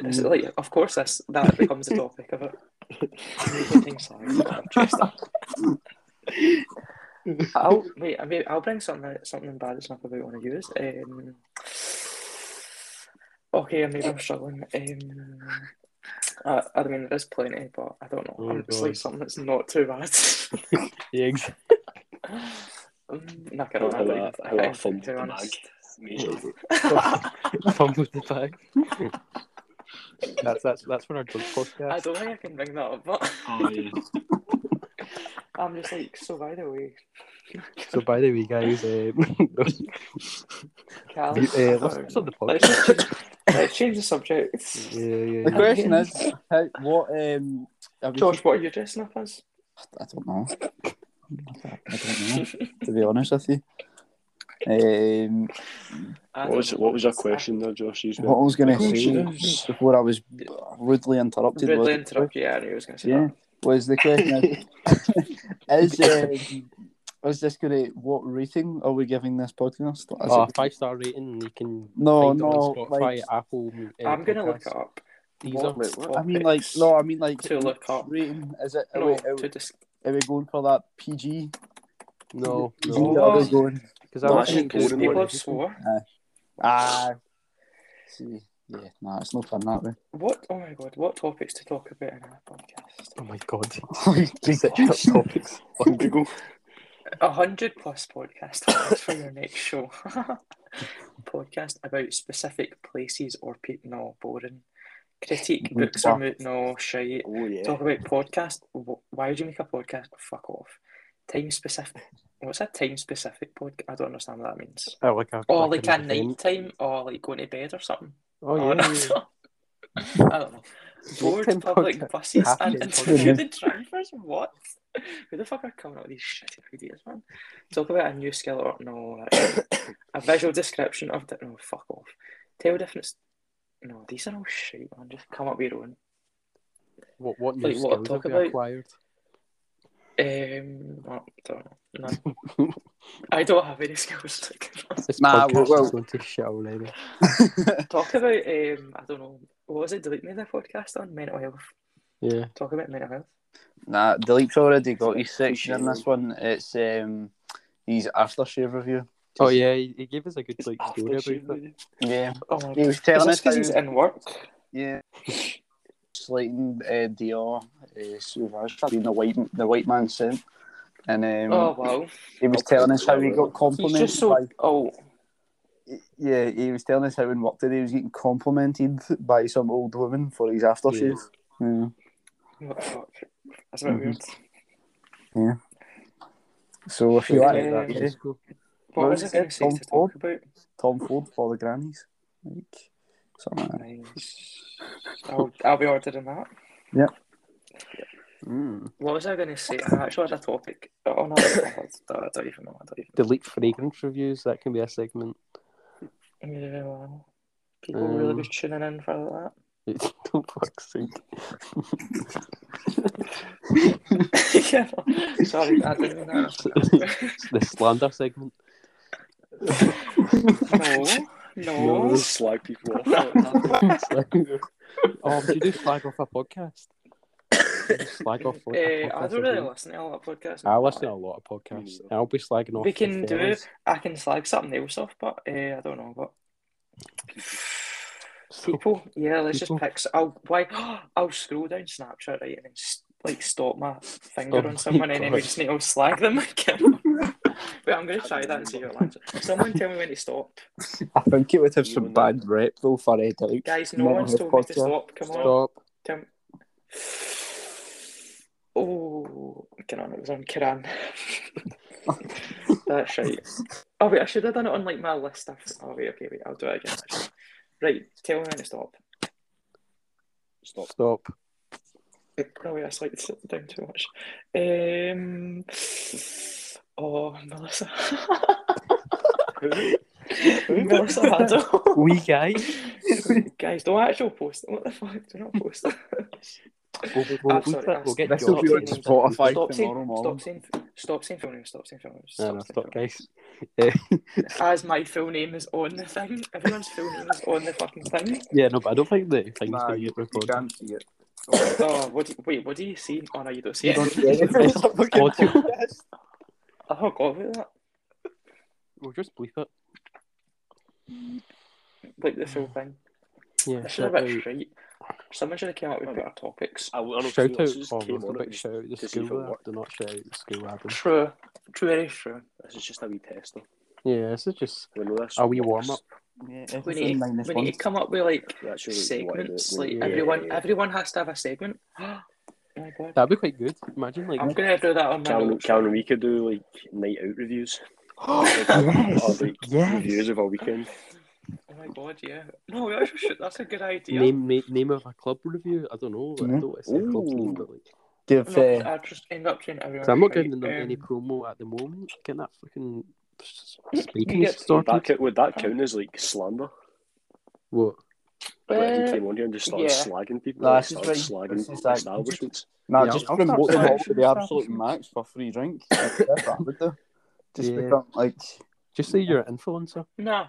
Speaker 5: Is it like, of course, this that becomes the topic of it. Me getting slide. Just- I'll wait. I mean, I'll bring something something bad that's not about one of yours. Um, okay, maybe I'm struggling. Um, I, I mean, there's plenty, eh, but I don't know.
Speaker 2: Oh,
Speaker 5: Um, it's like
Speaker 2: God.
Speaker 5: something that's not too bad.
Speaker 2: Yeah, ex-
Speaker 5: um, no, I don't
Speaker 4: Hello,
Speaker 5: know. I
Speaker 4: hello,
Speaker 5: don't
Speaker 4: fumble
Speaker 5: think
Speaker 4: the
Speaker 5: too
Speaker 4: bag.
Speaker 5: honest.
Speaker 4: Amazing.
Speaker 2: Fumbled the bag. that's that's that's for our drug podcast.
Speaker 5: I don't think I can bring that up, but
Speaker 4: Oh, yeah.
Speaker 5: I'm just like, so by the way,
Speaker 2: So by the way, guys, um,
Speaker 5: Cal,
Speaker 2: you- uh, let's,
Speaker 5: um,
Speaker 2: let's start the
Speaker 5: let's,
Speaker 2: podcast.
Speaker 5: just change, let's change the subject.
Speaker 2: Yeah, yeah,
Speaker 1: The
Speaker 2: yeah.
Speaker 1: question is, how, what um, have you-
Speaker 5: Josh, what are you dressing up as?
Speaker 1: I don't know. I don't know. To be honest with you, um,
Speaker 5: I
Speaker 4: What was,
Speaker 5: don't
Speaker 4: what
Speaker 5: know.
Speaker 4: was your question there, Josh? You
Speaker 5: Oh,
Speaker 1: what I was going to
Speaker 4: Question
Speaker 1: say before I was rudely interrupted
Speaker 5: Ridley
Speaker 1: was
Speaker 5: interrupt you, I knew he was going to say
Speaker 1: yeah
Speaker 5: that.
Speaker 1: was the question is is, um, is this going to what rating are we giving this podcast? Is
Speaker 2: Oh,
Speaker 1: it-
Speaker 2: five star rating. You can
Speaker 1: No,
Speaker 2: find it on
Speaker 1: no,
Speaker 2: Spotify,
Speaker 1: like-
Speaker 2: Apple. uh,
Speaker 5: I'm going to look
Speaker 2: podcasts.
Speaker 5: it up.
Speaker 2: These are-
Speaker 4: Wait, what?
Speaker 1: I mean, like no, I mean like
Speaker 5: To look up.
Speaker 1: rating. Is it? Are,
Speaker 5: No,
Speaker 1: we, are,
Speaker 5: to
Speaker 1: we-
Speaker 5: dis-
Speaker 1: are we going for that PG?
Speaker 2: No,
Speaker 1: PG, Are we
Speaker 5: Oh.
Speaker 2: no,
Speaker 1: going?
Speaker 2: because
Speaker 4: No,
Speaker 2: I
Speaker 4: that's
Speaker 2: think
Speaker 4: just
Speaker 2: it's
Speaker 4: boring,
Speaker 5: people
Speaker 4: man.
Speaker 5: have swore.
Speaker 1: Ah, see, yeah, nah, it's no fun that way.
Speaker 5: What? Oh my god! What topics to talk about in our podcast?
Speaker 2: Oh my god,
Speaker 1: Big
Speaker 2: such hot
Speaker 1: question.
Speaker 2: topics on Google.
Speaker 5: A hundred plus podcast topics for your next show. podcast about specific places or people. No, boring. Critique
Speaker 1: Mm,
Speaker 5: books or
Speaker 1: fuck.
Speaker 5: mo- no shite.
Speaker 4: Oh, yeah.
Speaker 5: Talk about podcast. Wh- Why would you make a podcast? Fuck off. Time specific. What's a time specific podcast? I don't understand what that means.
Speaker 2: Oh, like a,
Speaker 5: Or
Speaker 2: like
Speaker 5: like
Speaker 2: an
Speaker 5: a
Speaker 2: event.
Speaker 5: night time, or like going to bed or something.
Speaker 2: Oh
Speaker 5: Oh,
Speaker 2: yeah,
Speaker 5: no.
Speaker 2: yeah.
Speaker 5: I don't know.
Speaker 2: Nighttime
Speaker 5: Board Um, public
Speaker 2: podcast.
Speaker 5: buses
Speaker 2: Half
Speaker 5: and
Speaker 2: time
Speaker 5: interview the drivers. What? Who the fuck are coming up with these shitty ideas, man? Talk about a new skill or no? that's- a visual description of the no. Fuck off. Tell difference. No, these are all shit, man. Just come up with your own.
Speaker 2: What what new
Speaker 5: Like, what I
Speaker 2: skills
Speaker 5: talk
Speaker 2: have we
Speaker 5: about?
Speaker 2: acquired?
Speaker 5: Um, I don't know. None. I don't have any skills.
Speaker 2: This
Speaker 1: Nah,
Speaker 2: podcast
Speaker 1: well, well-
Speaker 2: is going to shit already.
Speaker 5: Talk about um, I don't know. What was it? Delete me the podcast on mental health.
Speaker 2: Yeah,
Speaker 5: Talk about mental health.
Speaker 1: Nah, Delete's already got his section in this one. It's um, his aftershave review.
Speaker 2: Oh yeah, he, he gave us a good like
Speaker 4: After
Speaker 2: story
Speaker 4: shooting
Speaker 2: about it.
Speaker 4: with it.
Speaker 1: Yeah,
Speaker 5: Oh my
Speaker 1: he
Speaker 5: god.
Speaker 1: was
Speaker 5: Is
Speaker 1: telling
Speaker 5: this
Speaker 1: us how
Speaker 5: because he's in work?
Speaker 1: yeah, slating uh, Dior uh, Sauvage for being the white the white man sent, and um,
Speaker 5: Oh wow.
Speaker 1: he was telling us how he got
Speaker 5: He's
Speaker 1: complimented.
Speaker 5: just so
Speaker 1: by,
Speaker 5: oh
Speaker 1: yeah, he was telling us how in work today he was getting complimented by some old woman for his aftershave. Yeah.
Speaker 5: what the fuck. That's a bit
Speaker 1: Mhm.
Speaker 5: weird.
Speaker 1: So if you
Speaker 2: Like,
Speaker 1: like
Speaker 5: Yeah.
Speaker 2: that
Speaker 1: that,
Speaker 2: years ago.
Speaker 5: What
Speaker 1: What
Speaker 5: was I
Speaker 1: was
Speaker 5: gonna
Speaker 1: it?
Speaker 5: say to
Speaker 1: Tom
Speaker 5: talk about?
Speaker 1: Tom Ford for the grannies, like something like that.
Speaker 5: Nice. I'll I'll be ordering that.
Speaker 1: Mm.
Speaker 5: What was I gonna say? I actually had a topic. Oh no, I don't even know. I don't even know.
Speaker 2: Delete fragrance reviews. That can be a segment.
Speaker 5: Yeah, well, people really
Speaker 2: Um,
Speaker 5: be tuning in for
Speaker 2: Don't fuck's sake.
Speaker 5: that. yeah. Sorry, I didn't mean that.
Speaker 2: The slander segment.
Speaker 5: no, no.
Speaker 4: Just Slag people off.
Speaker 2: oh, did you do flag off a podcast? Slag off. like, a
Speaker 5: Eh, I
Speaker 2: podcast
Speaker 5: don't
Speaker 2: a
Speaker 5: really
Speaker 2: week.
Speaker 5: listen to a lot of podcasts.
Speaker 2: I listen to a lot of podcasts.
Speaker 4: Mm.
Speaker 2: I'll be slagging off.
Speaker 5: We can
Speaker 2: the
Speaker 5: do
Speaker 2: fellas.
Speaker 5: I can slag something else off, but uh, I don't know. But
Speaker 2: So-
Speaker 5: people, yeah, let's
Speaker 2: people.
Speaker 5: just pick. s- I'll why I'll scroll down Snapchat right and then s like stop my finger
Speaker 2: Oh my
Speaker 5: on someone, and then we
Speaker 2: God.
Speaker 5: just need to all slag them again. Wait, I'm gonna try that and see how it lands. Someone tell me when to stop,
Speaker 1: I think it would have
Speaker 4: You
Speaker 1: some
Speaker 4: wouldn't.
Speaker 1: bad rep though for Ed Out.
Speaker 5: guys. No
Speaker 1: Mental
Speaker 5: one's
Speaker 1: health
Speaker 5: told me to
Speaker 1: podcast.
Speaker 5: stop. Come on,
Speaker 2: Stop.
Speaker 5: tell me. Oh, Kiran, it was on Kiran. That's right. Oh wait, I should have done it on like my list. I've- Oh wait, okay, wait, I'll do it again. actually. Right, tell me when to stop.
Speaker 4: Stop.
Speaker 2: Stop.
Speaker 5: Oh wait, I slightly sit down too much. Um. Oh, Melissa. Melissa Haddle.
Speaker 2: We guys.
Speaker 5: Guys, don't actual post. it. What the fuck? Do not post. it.
Speaker 2: We'll,
Speaker 5: I'm Ah, sorry,
Speaker 2: we'll-
Speaker 5: I
Speaker 2: we'll get
Speaker 1: This will
Speaker 5: Stop
Speaker 1: be on
Speaker 5: saying-
Speaker 1: Spotify tomorrow
Speaker 5: Stop saying. Stop
Speaker 1: morning.
Speaker 5: saying. Stop saying film names. Stop saying film names.
Speaker 2: No, no,
Speaker 5: saying
Speaker 2: stop,
Speaker 5: film names.
Speaker 2: guys. Eh,
Speaker 5: As my full name is on the thing. Everyone's full name is on the fucking thing.
Speaker 2: yeah, no, but I don't think the thing's
Speaker 1: Nah,
Speaker 2: going to
Speaker 1: you,
Speaker 2: get
Speaker 1: you
Speaker 2: recorded.
Speaker 1: can't see it.
Speaker 5: Oh, what do you, wait, what do you see? Oh no, you don't see
Speaker 1: You
Speaker 5: it.
Speaker 1: don't see anything.
Speaker 2: It's
Speaker 1: It's a fucking
Speaker 2: audio.
Speaker 1: podcast.
Speaker 5: I forgot about that.
Speaker 2: We'll just bleep it.
Speaker 5: Like the full thing.
Speaker 2: Yeah,
Speaker 5: This is a
Speaker 2: shout
Speaker 5: bit
Speaker 2: out.
Speaker 5: straight. Someone should have came up with better topics.
Speaker 4: I, I don't
Speaker 2: Shout out.
Speaker 4: This
Speaker 2: Oh,
Speaker 4: came
Speaker 2: not
Speaker 4: on
Speaker 2: a
Speaker 4: it.
Speaker 2: big shout out the
Speaker 4: to see if it
Speaker 2: school ad.
Speaker 4: worked.
Speaker 2: Do not shout out the school ad.
Speaker 5: True. True, very true.
Speaker 4: This is just a wee tester.
Speaker 2: Yeah, this is just
Speaker 4: We know this.
Speaker 2: a wee
Speaker 4: works.
Speaker 2: warm up.
Speaker 1: Yeah,
Speaker 5: We
Speaker 1: everything
Speaker 5: need,
Speaker 1: minus
Speaker 5: we
Speaker 1: one.
Speaker 5: need to come up with like
Speaker 4: We actually want to do it.
Speaker 5: segments.
Speaker 4: We-
Speaker 5: Like
Speaker 2: yeah,
Speaker 5: everyone,
Speaker 4: yeah, yeah.
Speaker 5: everyone has to have a segment. oh my god.
Speaker 2: That'd be quite good. Imagine like
Speaker 5: I'm gonna do that on my
Speaker 4: Cal,
Speaker 5: notes.
Speaker 4: Cal and we could do like night out reviews.
Speaker 2: Oh, yes,
Speaker 4: Or like
Speaker 2: yes.
Speaker 4: reviews of a weekend.
Speaker 5: Oh my god, yeah. No, we actually should. That's a good idea.
Speaker 2: Name, name name of a club review. I don't know. Like, I don't want to say a club's name,
Speaker 4: Ooh.
Speaker 2: but like,
Speaker 1: Give,
Speaker 5: No,
Speaker 1: uh,
Speaker 5: I just end up doing everyone.
Speaker 2: so I'm not
Speaker 5: right,
Speaker 2: giving them any
Speaker 5: um,
Speaker 2: promo at the moment. Getting that fucking s-
Speaker 5: You
Speaker 2: speaking
Speaker 4: Would
Speaker 5: get-
Speaker 4: that,
Speaker 2: started.
Speaker 4: count, would that count as like slander?
Speaker 2: What?
Speaker 4: Like, if
Speaker 5: uh,
Speaker 4: he came on here and just started
Speaker 5: yeah.
Speaker 4: slagging people,
Speaker 1: Nah,
Speaker 4: like,
Speaker 1: this is
Speaker 4: started
Speaker 1: fine.
Speaker 4: slagging
Speaker 1: This is like-
Speaker 4: establishments.
Speaker 1: Nah,
Speaker 2: Yeah,
Speaker 1: just
Speaker 2: I'll
Speaker 1: promote
Speaker 2: start
Speaker 1: them all
Speaker 2: searching
Speaker 1: to the absolute max for free drink. That's what I would do. Just
Speaker 2: Yeah.
Speaker 1: become like
Speaker 2: Just say you're an influencer.
Speaker 5: Nah,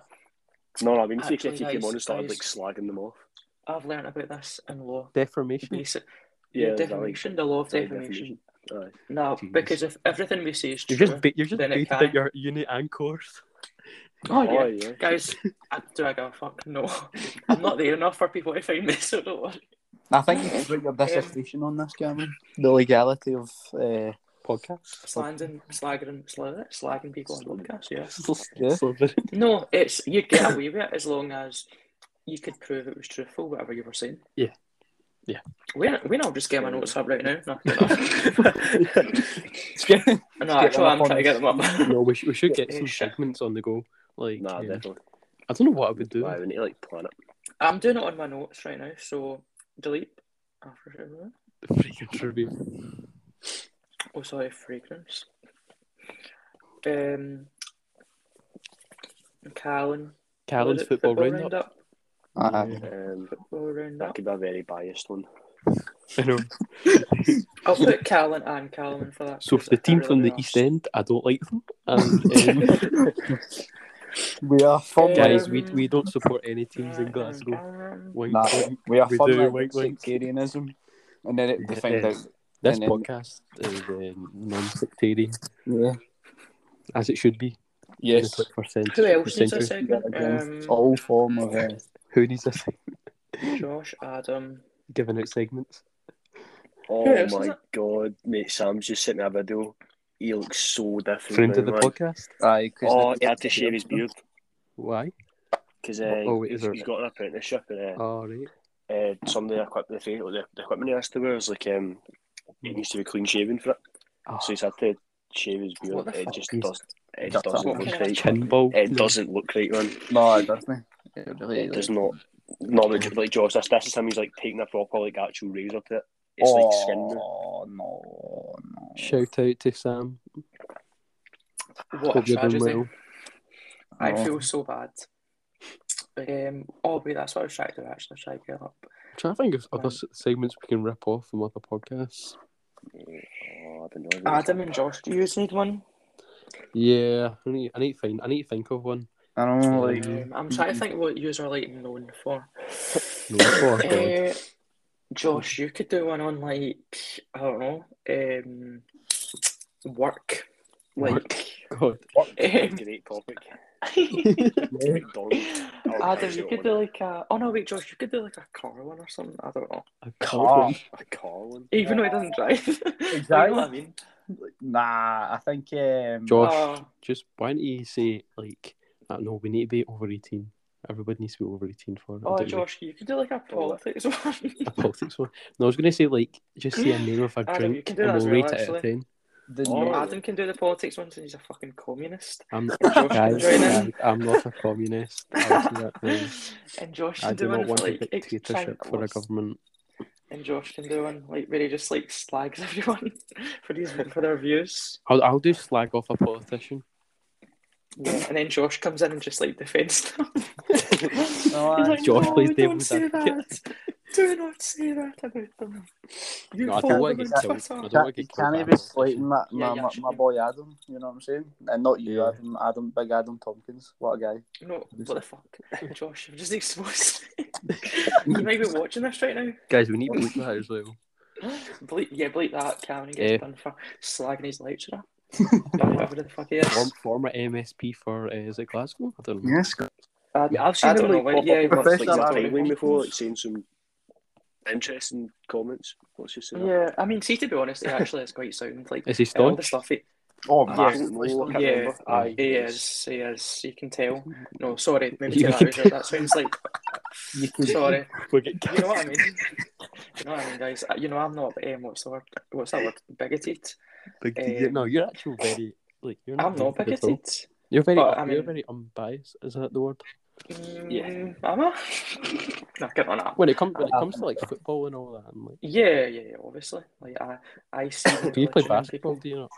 Speaker 4: No, no, I mean, if he-
Speaker 5: Actually,
Speaker 4: if he came
Speaker 5: guys,
Speaker 4: on and started like
Speaker 5: guys.
Speaker 4: slagging them off.
Speaker 5: I've learned about this in law.
Speaker 2: Defamation.
Speaker 5: Basic,
Speaker 4: Yeah,
Speaker 5: yeah,
Speaker 4: that
Speaker 5: defamation, the law of
Speaker 4: Sorry,
Speaker 5: defamation.
Speaker 4: defamation.
Speaker 5: No,
Speaker 2: Jeez.
Speaker 5: because if everything we say is true,
Speaker 2: You're just ba- you're just
Speaker 5: Then it
Speaker 2: based
Speaker 5: can.
Speaker 2: at your uni and course.
Speaker 5: Oh,
Speaker 4: Oh,
Speaker 5: yeah.
Speaker 4: yeah.
Speaker 5: Guys, I, do I give a fuck? No. I'm not there enough for people to find me, so don't worry.
Speaker 1: I think you should put your dissertation on this, Cameron. The legality of uh,
Speaker 2: Podcast.
Speaker 5: Slanding, slagging, slagging, slagging people on podcasts, yeah.
Speaker 1: Yeah.
Speaker 2: So the-
Speaker 5: No, it's you'd get away with it as long as you could prove it was truthful, whatever you were saying.
Speaker 2: Yeah. Yeah.
Speaker 5: We're, we're not just getting my notes up right now. No, no
Speaker 1: get
Speaker 5: actually,
Speaker 1: them up
Speaker 5: I'm
Speaker 1: on
Speaker 5: trying to
Speaker 1: the
Speaker 5: get them up.
Speaker 2: no, we, sh- we should get
Speaker 5: Yeah,
Speaker 2: some
Speaker 5: shit.
Speaker 2: segments on the go. Like,
Speaker 4: Nah,
Speaker 2: um,
Speaker 4: definitely.
Speaker 2: I don't know what I would do.
Speaker 4: Why, we need to like plan it.
Speaker 5: I'm doing it on my notes right now, so delete. Ah, After everyone.
Speaker 2: The freaking review.
Speaker 5: Oh, sorry, fragrance. Um, Callan.
Speaker 2: Callan's
Speaker 5: was it
Speaker 2: football, roundup.
Speaker 1: Aye.
Speaker 4: Um,
Speaker 5: Football
Speaker 4: that
Speaker 5: roundup.
Speaker 4: could be a very biased one.
Speaker 2: I know.
Speaker 5: I'll put Callan and Callan for that.
Speaker 2: So for the team from the East End, I don't like them. And um,
Speaker 1: we are fun
Speaker 2: guys,
Speaker 5: Um,
Speaker 2: we, we don't support any teams in Glasgow. Wink,
Speaker 1: Nah,
Speaker 2: wink.
Speaker 1: we are
Speaker 2: We
Speaker 1: fun
Speaker 2: do,
Speaker 1: like
Speaker 2: wink, wink.
Speaker 1: sectarianism, and then it
Speaker 2: Yeah,
Speaker 1: defined
Speaker 2: yeah.
Speaker 1: out.
Speaker 2: This
Speaker 1: and then-
Speaker 2: podcast is um, non-sectarian,
Speaker 1: Yeah.
Speaker 2: as it should be. in the
Speaker 1: Yes.
Speaker 2: 21st cent-
Speaker 5: Who else needs a
Speaker 2: century.
Speaker 5: segment?
Speaker 1: Against
Speaker 5: Um,
Speaker 1: all form of uh,
Speaker 2: Who needs this?
Speaker 5: Josh, Adam.
Speaker 2: Giving out segments.
Speaker 4: Oh
Speaker 5: Yeah, isn't
Speaker 4: my
Speaker 5: it?
Speaker 4: god, mate, Sam's just sent me a video. He looks so different.
Speaker 2: Friend
Speaker 4: now,
Speaker 2: of the
Speaker 4: man.
Speaker 2: podcast.
Speaker 1: aye, 'cause
Speaker 4: Oh,
Speaker 1: the-
Speaker 4: he had to shave his beard
Speaker 2: Why?
Speaker 4: because uh,
Speaker 2: Oh, wait, is
Speaker 4: he's,
Speaker 2: there-
Speaker 4: he's got an apprenticeship
Speaker 5: Oh.
Speaker 4: and uh,
Speaker 2: All right.
Speaker 4: uh, somebody equipped the, thing- the the equipment he has to wear is like um, it needs to be clean shaven for it.
Speaker 2: Oh,
Speaker 4: So he's had to shave his beard.
Speaker 5: Ah. What the
Speaker 4: It
Speaker 5: fuck?
Speaker 4: just
Speaker 2: He's-
Speaker 4: does.
Speaker 1: That's
Speaker 4: It just doesn't
Speaker 5: what
Speaker 4: look
Speaker 5: kind of
Speaker 4: right.
Speaker 2: chin ball.
Speaker 4: It doesn't look right, man.
Speaker 1: No, it doesn't. It really
Speaker 4: It does not. No, but like Josh, this, this is him. He's like taking a proper like actual razor to it. It's like skin. now.
Speaker 1: Oh no, no.
Speaker 2: Shout out to Sam.
Speaker 5: What a
Speaker 2: Hope you're doing
Speaker 5: tragedy.
Speaker 2: well.
Speaker 5: I
Speaker 1: Oh.
Speaker 5: feel so bad. Um, oh, wait, that's what I was trying to do, actually. Try to get up.
Speaker 2: I'm trying to think of other
Speaker 5: Right.
Speaker 2: s- segments we can rip off from other podcasts.
Speaker 4: Oh, I don't know.
Speaker 5: Adam and Josh, do you guys need one?
Speaker 2: Yeah, I need, I need to find. I need to think of one.
Speaker 1: I don't know, like
Speaker 5: Um, I'm trying to think what yous are like known for.
Speaker 2: No, oh, God.
Speaker 5: Uh, Josh, you could do one on like I don't know, um, work, like.
Speaker 2: God,
Speaker 4: What a
Speaker 5: Um,
Speaker 4: great topic. McDonald's. I'll- I'll
Speaker 5: Adam,
Speaker 4: see
Speaker 5: you
Speaker 4: what
Speaker 5: could
Speaker 4: one.
Speaker 5: do like a. Oh no, wait, Josh, you could do like a car one or something. I don't know.
Speaker 2: a
Speaker 4: Ah,
Speaker 2: car.
Speaker 4: a car one.
Speaker 5: Even though he doesn't drive. you know what I mean?
Speaker 1: Nah, I think um,
Speaker 2: Josh,
Speaker 5: Uh,
Speaker 2: just why don't you say like, uh, no, we need to be over eighteen. Everybody needs to be over eighteen for it. I
Speaker 5: oh,
Speaker 2: don't know.
Speaker 5: Josh, you could do like a politics one.
Speaker 2: A politics one. No, I was gonna say like, just say a name of a
Speaker 5: Adam, you
Speaker 2: drink,
Speaker 5: can
Speaker 2: and
Speaker 5: do that as
Speaker 2: we'll
Speaker 5: well,
Speaker 2: rate it out of
Speaker 5: actually.
Speaker 2: ten.
Speaker 1: the
Speaker 4: Oh.
Speaker 1: name-
Speaker 5: Adam can do the politics one since he's a fucking communist.
Speaker 2: I'm not,
Speaker 5: Josh
Speaker 2: guys,
Speaker 5: can join
Speaker 2: guys,
Speaker 5: in.
Speaker 2: I'm not a communist. I'll say that now.
Speaker 5: and Josh
Speaker 2: I
Speaker 5: can
Speaker 2: do
Speaker 5: do
Speaker 2: not
Speaker 5: one
Speaker 2: want
Speaker 5: for
Speaker 2: a
Speaker 5: like ex- trying
Speaker 2: dictatorship for a
Speaker 5: what's-
Speaker 2: government.
Speaker 5: And Josh can do one like where he just like slags everyone for these for their views.
Speaker 2: I'll, I'll do slag off a politician.
Speaker 5: Yeah, and then Josh comes in and just like defends them.
Speaker 1: No,
Speaker 5: He's
Speaker 1: I-
Speaker 5: like,
Speaker 2: Josh
Speaker 5: no,
Speaker 2: plays
Speaker 5: don't
Speaker 2: devil's
Speaker 5: say
Speaker 2: advocate."
Speaker 5: that. Do not say that about them. You
Speaker 2: No, I don't
Speaker 5: follow
Speaker 2: want to
Speaker 5: them
Speaker 2: get
Speaker 5: on
Speaker 2: killed.
Speaker 5: Twitter.
Speaker 2: I don't
Speaker 1: Can,
Speaker 2: want to get killed.
Speaker 1: can
Speaker 2: by
Speaker 1: he
Speaker 2: a
Speaker 1: be
Speaker 2: politician.
Speaker 1: slating my, my,
Speaker 5: Yeah, yeah,
Speaker 1: my, my
Speaker 5: yeah.
Speaker 1: boy Adam? You know what I'm saying? And not you,
Speaker 2: Yeah.
Speaker 1: Adam. Adam, big Adam Tompkins. What a guy.
Speaker 5: No, what the fuck, Josh? You're just exposed. you might be watching this right now.
Speaker 2: Guys, we need to look at that as well.
Speaker 5: Bleep, yeah, bleep that. Cameron gets
Speaker 2: Eh.
Speaker 5: done for slagging his lecturer. or whatever the fuck he is.
Speaker 2: Form, former MSP for uh, is it Glasgow? I don't know.
Speaker 1: Yes,
Speaker 5: I,
Speaker 4: Yeah, I've seen
Speaker 5: I
Speaker 4: him
Speaker 5: don't know.
Speaker 4: like
Speaker 5: Like,
Speaker 4: pop
Speaker 5: yeah, he
Speaker 4: up on
Speaker 5: works,
Speaker 4: like,
Speaker 5: like,
Speaker 1: professional
Speaker 4: the
Speaker 5: Saturday.
Speaker 4: timeline before, like saying some interesting comments. Let's just say that.
Speaker 5: Yeah, I mean, see, to be honest, it actually is quite sound. Like,
Speaker 2: Is he
Speaker 5: all the
Speaker 2: staunch?
Speaker 5: stuff he,
Speaker 1: Oh,
Speaker 4: I
Speaker 5: Yeah.
Speaker 1: massive.
Speaker 4: don't know. I can't
Speaker 5: Yeah.
Speaker 4: remember. Aye,
Speaker 5: he
Speaker 4: it's-
Speaker 5: is, he is, you can tell. No, sorry, maybe
Speaker 2: You
Speaker 5: take that
Speaker 2: can
Speaker 5: out. Josh. That sounds like,
Speaker 1: You could,
Speaker 5: sorry.
Speaker 2: We'll get
Speaker 5: You know what I mean? You know what I mean, guys? You know, I'm not, um, what's the word? What's that word? Bigoted.
Speaker 2: big
Speaker 5: Um,
Speaker 2: no, you're actually very like you're not
Speaker 5: I'm not
Speaker 2: bigoted at all.
Speaker 5: bigoted.
Speaker 2: You're very
Speaker 5: but, I
Speaker 2: you're
Speaker 5: mean-
Speaker 2: very unbiased. Is that the word?
Speaker 5: Mm, am I? no, get on that.
Speaker 2: When it comes when it comes to like football and all that, I'm like,
Speaker 5: Yeah, yeah, yeah, obviously. Like, I, I see.
Speaker 2: do you play
Speaker 5: religion in
Speaker 2: basketball?
Speaker 5: people.
Speaker 2: Do you not?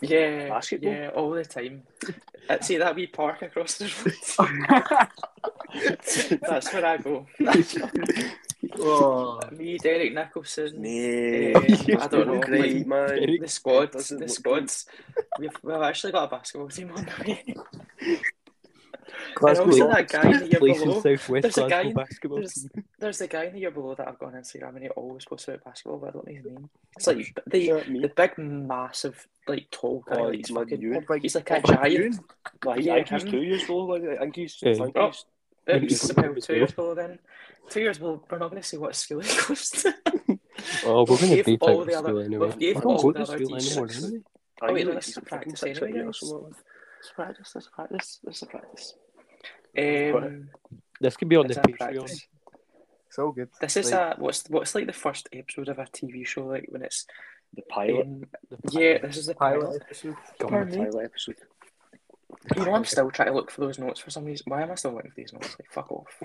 Speaker 5: Yeah,
Speaker 4: Basketball?
Speaker 5: yeah, all the time. Uh, See that wee park across the road? That's where I go.
Speaker 1: oh,
Speaker 5: Me, Derek Nicholson,
Speaker 4: Nay,
Speaker 2: Oh,
Speaker 5: um, I don't know,
Speaker 4: great
Speaker 5: like,
Speaker 4: man.
Speaker 5: the squads,
Speaker 4: doesn't
Speaker 5: the
Speaker 4: look
Speaker 5: squads. We've, we've actually got a basketball team on the way.
Speaker 1: Glasgow
Speaker 5: also
Speaker 1: Rock.
Speaker 5: that guy in the year
Speaker 2: Place in
Speaker 5: below.
Speaker 2: South West
Speaker 5: There's a guy
Speaker 2: Glasgow
Speaker 5: in-
Speaker 2: basketball
Speaker 5: there's-
Speaker 2: team.
Speaker 5: There's the guy in the year below that I've got on Instagram and he always posts about basketball, but I don't know his name. It's like
Speaker 4: Is
Speaker 5: the
Speaker 4: that me?
Speaker 5: the big, massive, like tall guy,
Speaker 4: Oh,
Speaker 5: like he's
Speaker 4: man,
Speaker 5: fucking.
Speaker 4: you.
Speaker 1: Oh, big-
Speaker 5: He's like a
Speaker 1: oh, big
Speaker 5: giant.
Speaker 1: goon.
Speaker 4: No, I,
Speaker 5: Yeah,
Speaker 4: I think he's
Speaker 5: him.
Speaker 4: two years old. I think he's.
Speaker 2: Yeah.
Speaker 4: I think
Speaker 5: Oh.
Speaker 4: he's
Speaker 5: Oops,
Speaker 2: Maybe
Speaker 5: well,
Speaker 2: as
Speaker 5: two
Speaker 2: well.
Speaker 5: years below then. Two years below, we're not going to see what school he goes to.
Speaker 2: Oh, we're gonna
Speaker 5: Gave
Speaker 2: beep
Speaker 5: all
Speaker 2: out
Speaker 5: the
Speaker 2: the
Speaker 5: other-
Speaker 2: school anyway.
Speaker 5: well,
Speaker 2: We
Speaker 5: gave
Speaker 2: don't
Speaker 5: all
Speaker 2: go
Speaker 5: the
Speaker 2: to
Speaker 5: other
Speaker 2: school anymore,
Speaker 5: teachers-
Speaker 2: do
Speaker 4: I
Speaker 5: Oh, wait,
Speaker 4: think he's
Speaker 5: no, that's
Speaker 4: he's
Speaker 5: for
Speaker 4: fucking
Speaker 5: practice
Speaker 4: six or
Speaker 5: anyway,
Speaker 4: eight or
Speaker 5: guys.
Speaker 4: something like that.
Speaker 5: It's practice, it's practice, it's a practice. Um,
Speaker 2: we? This could be on
Speaker 5: it's
Speaker 2: the
Speaker 5: a
Speaker 2: Patreon.
Speaker 5: practice.
Speaker 1: It's all good.
Speaker 5: This is
Speaker 1: Like,
Speaker 5: a what's what's like the first episode of a TV show like when it's
Speaker 4: The pilot.
Speaker 5: um,
Speaker 2: The
Speaker 5: yeah
Speaker 2: pilot.
Speaker 5: this is the pilot.
Speaker 1: pilot episode.
Speaker 5: Pardon
Speaker 2: God.
Speaker 5: me.
Speaker 4: Pilot episode.
Speaker 5: You know I'm still trying to look for those notes for some reason. Why am I still looking for these notes? Like fuck off.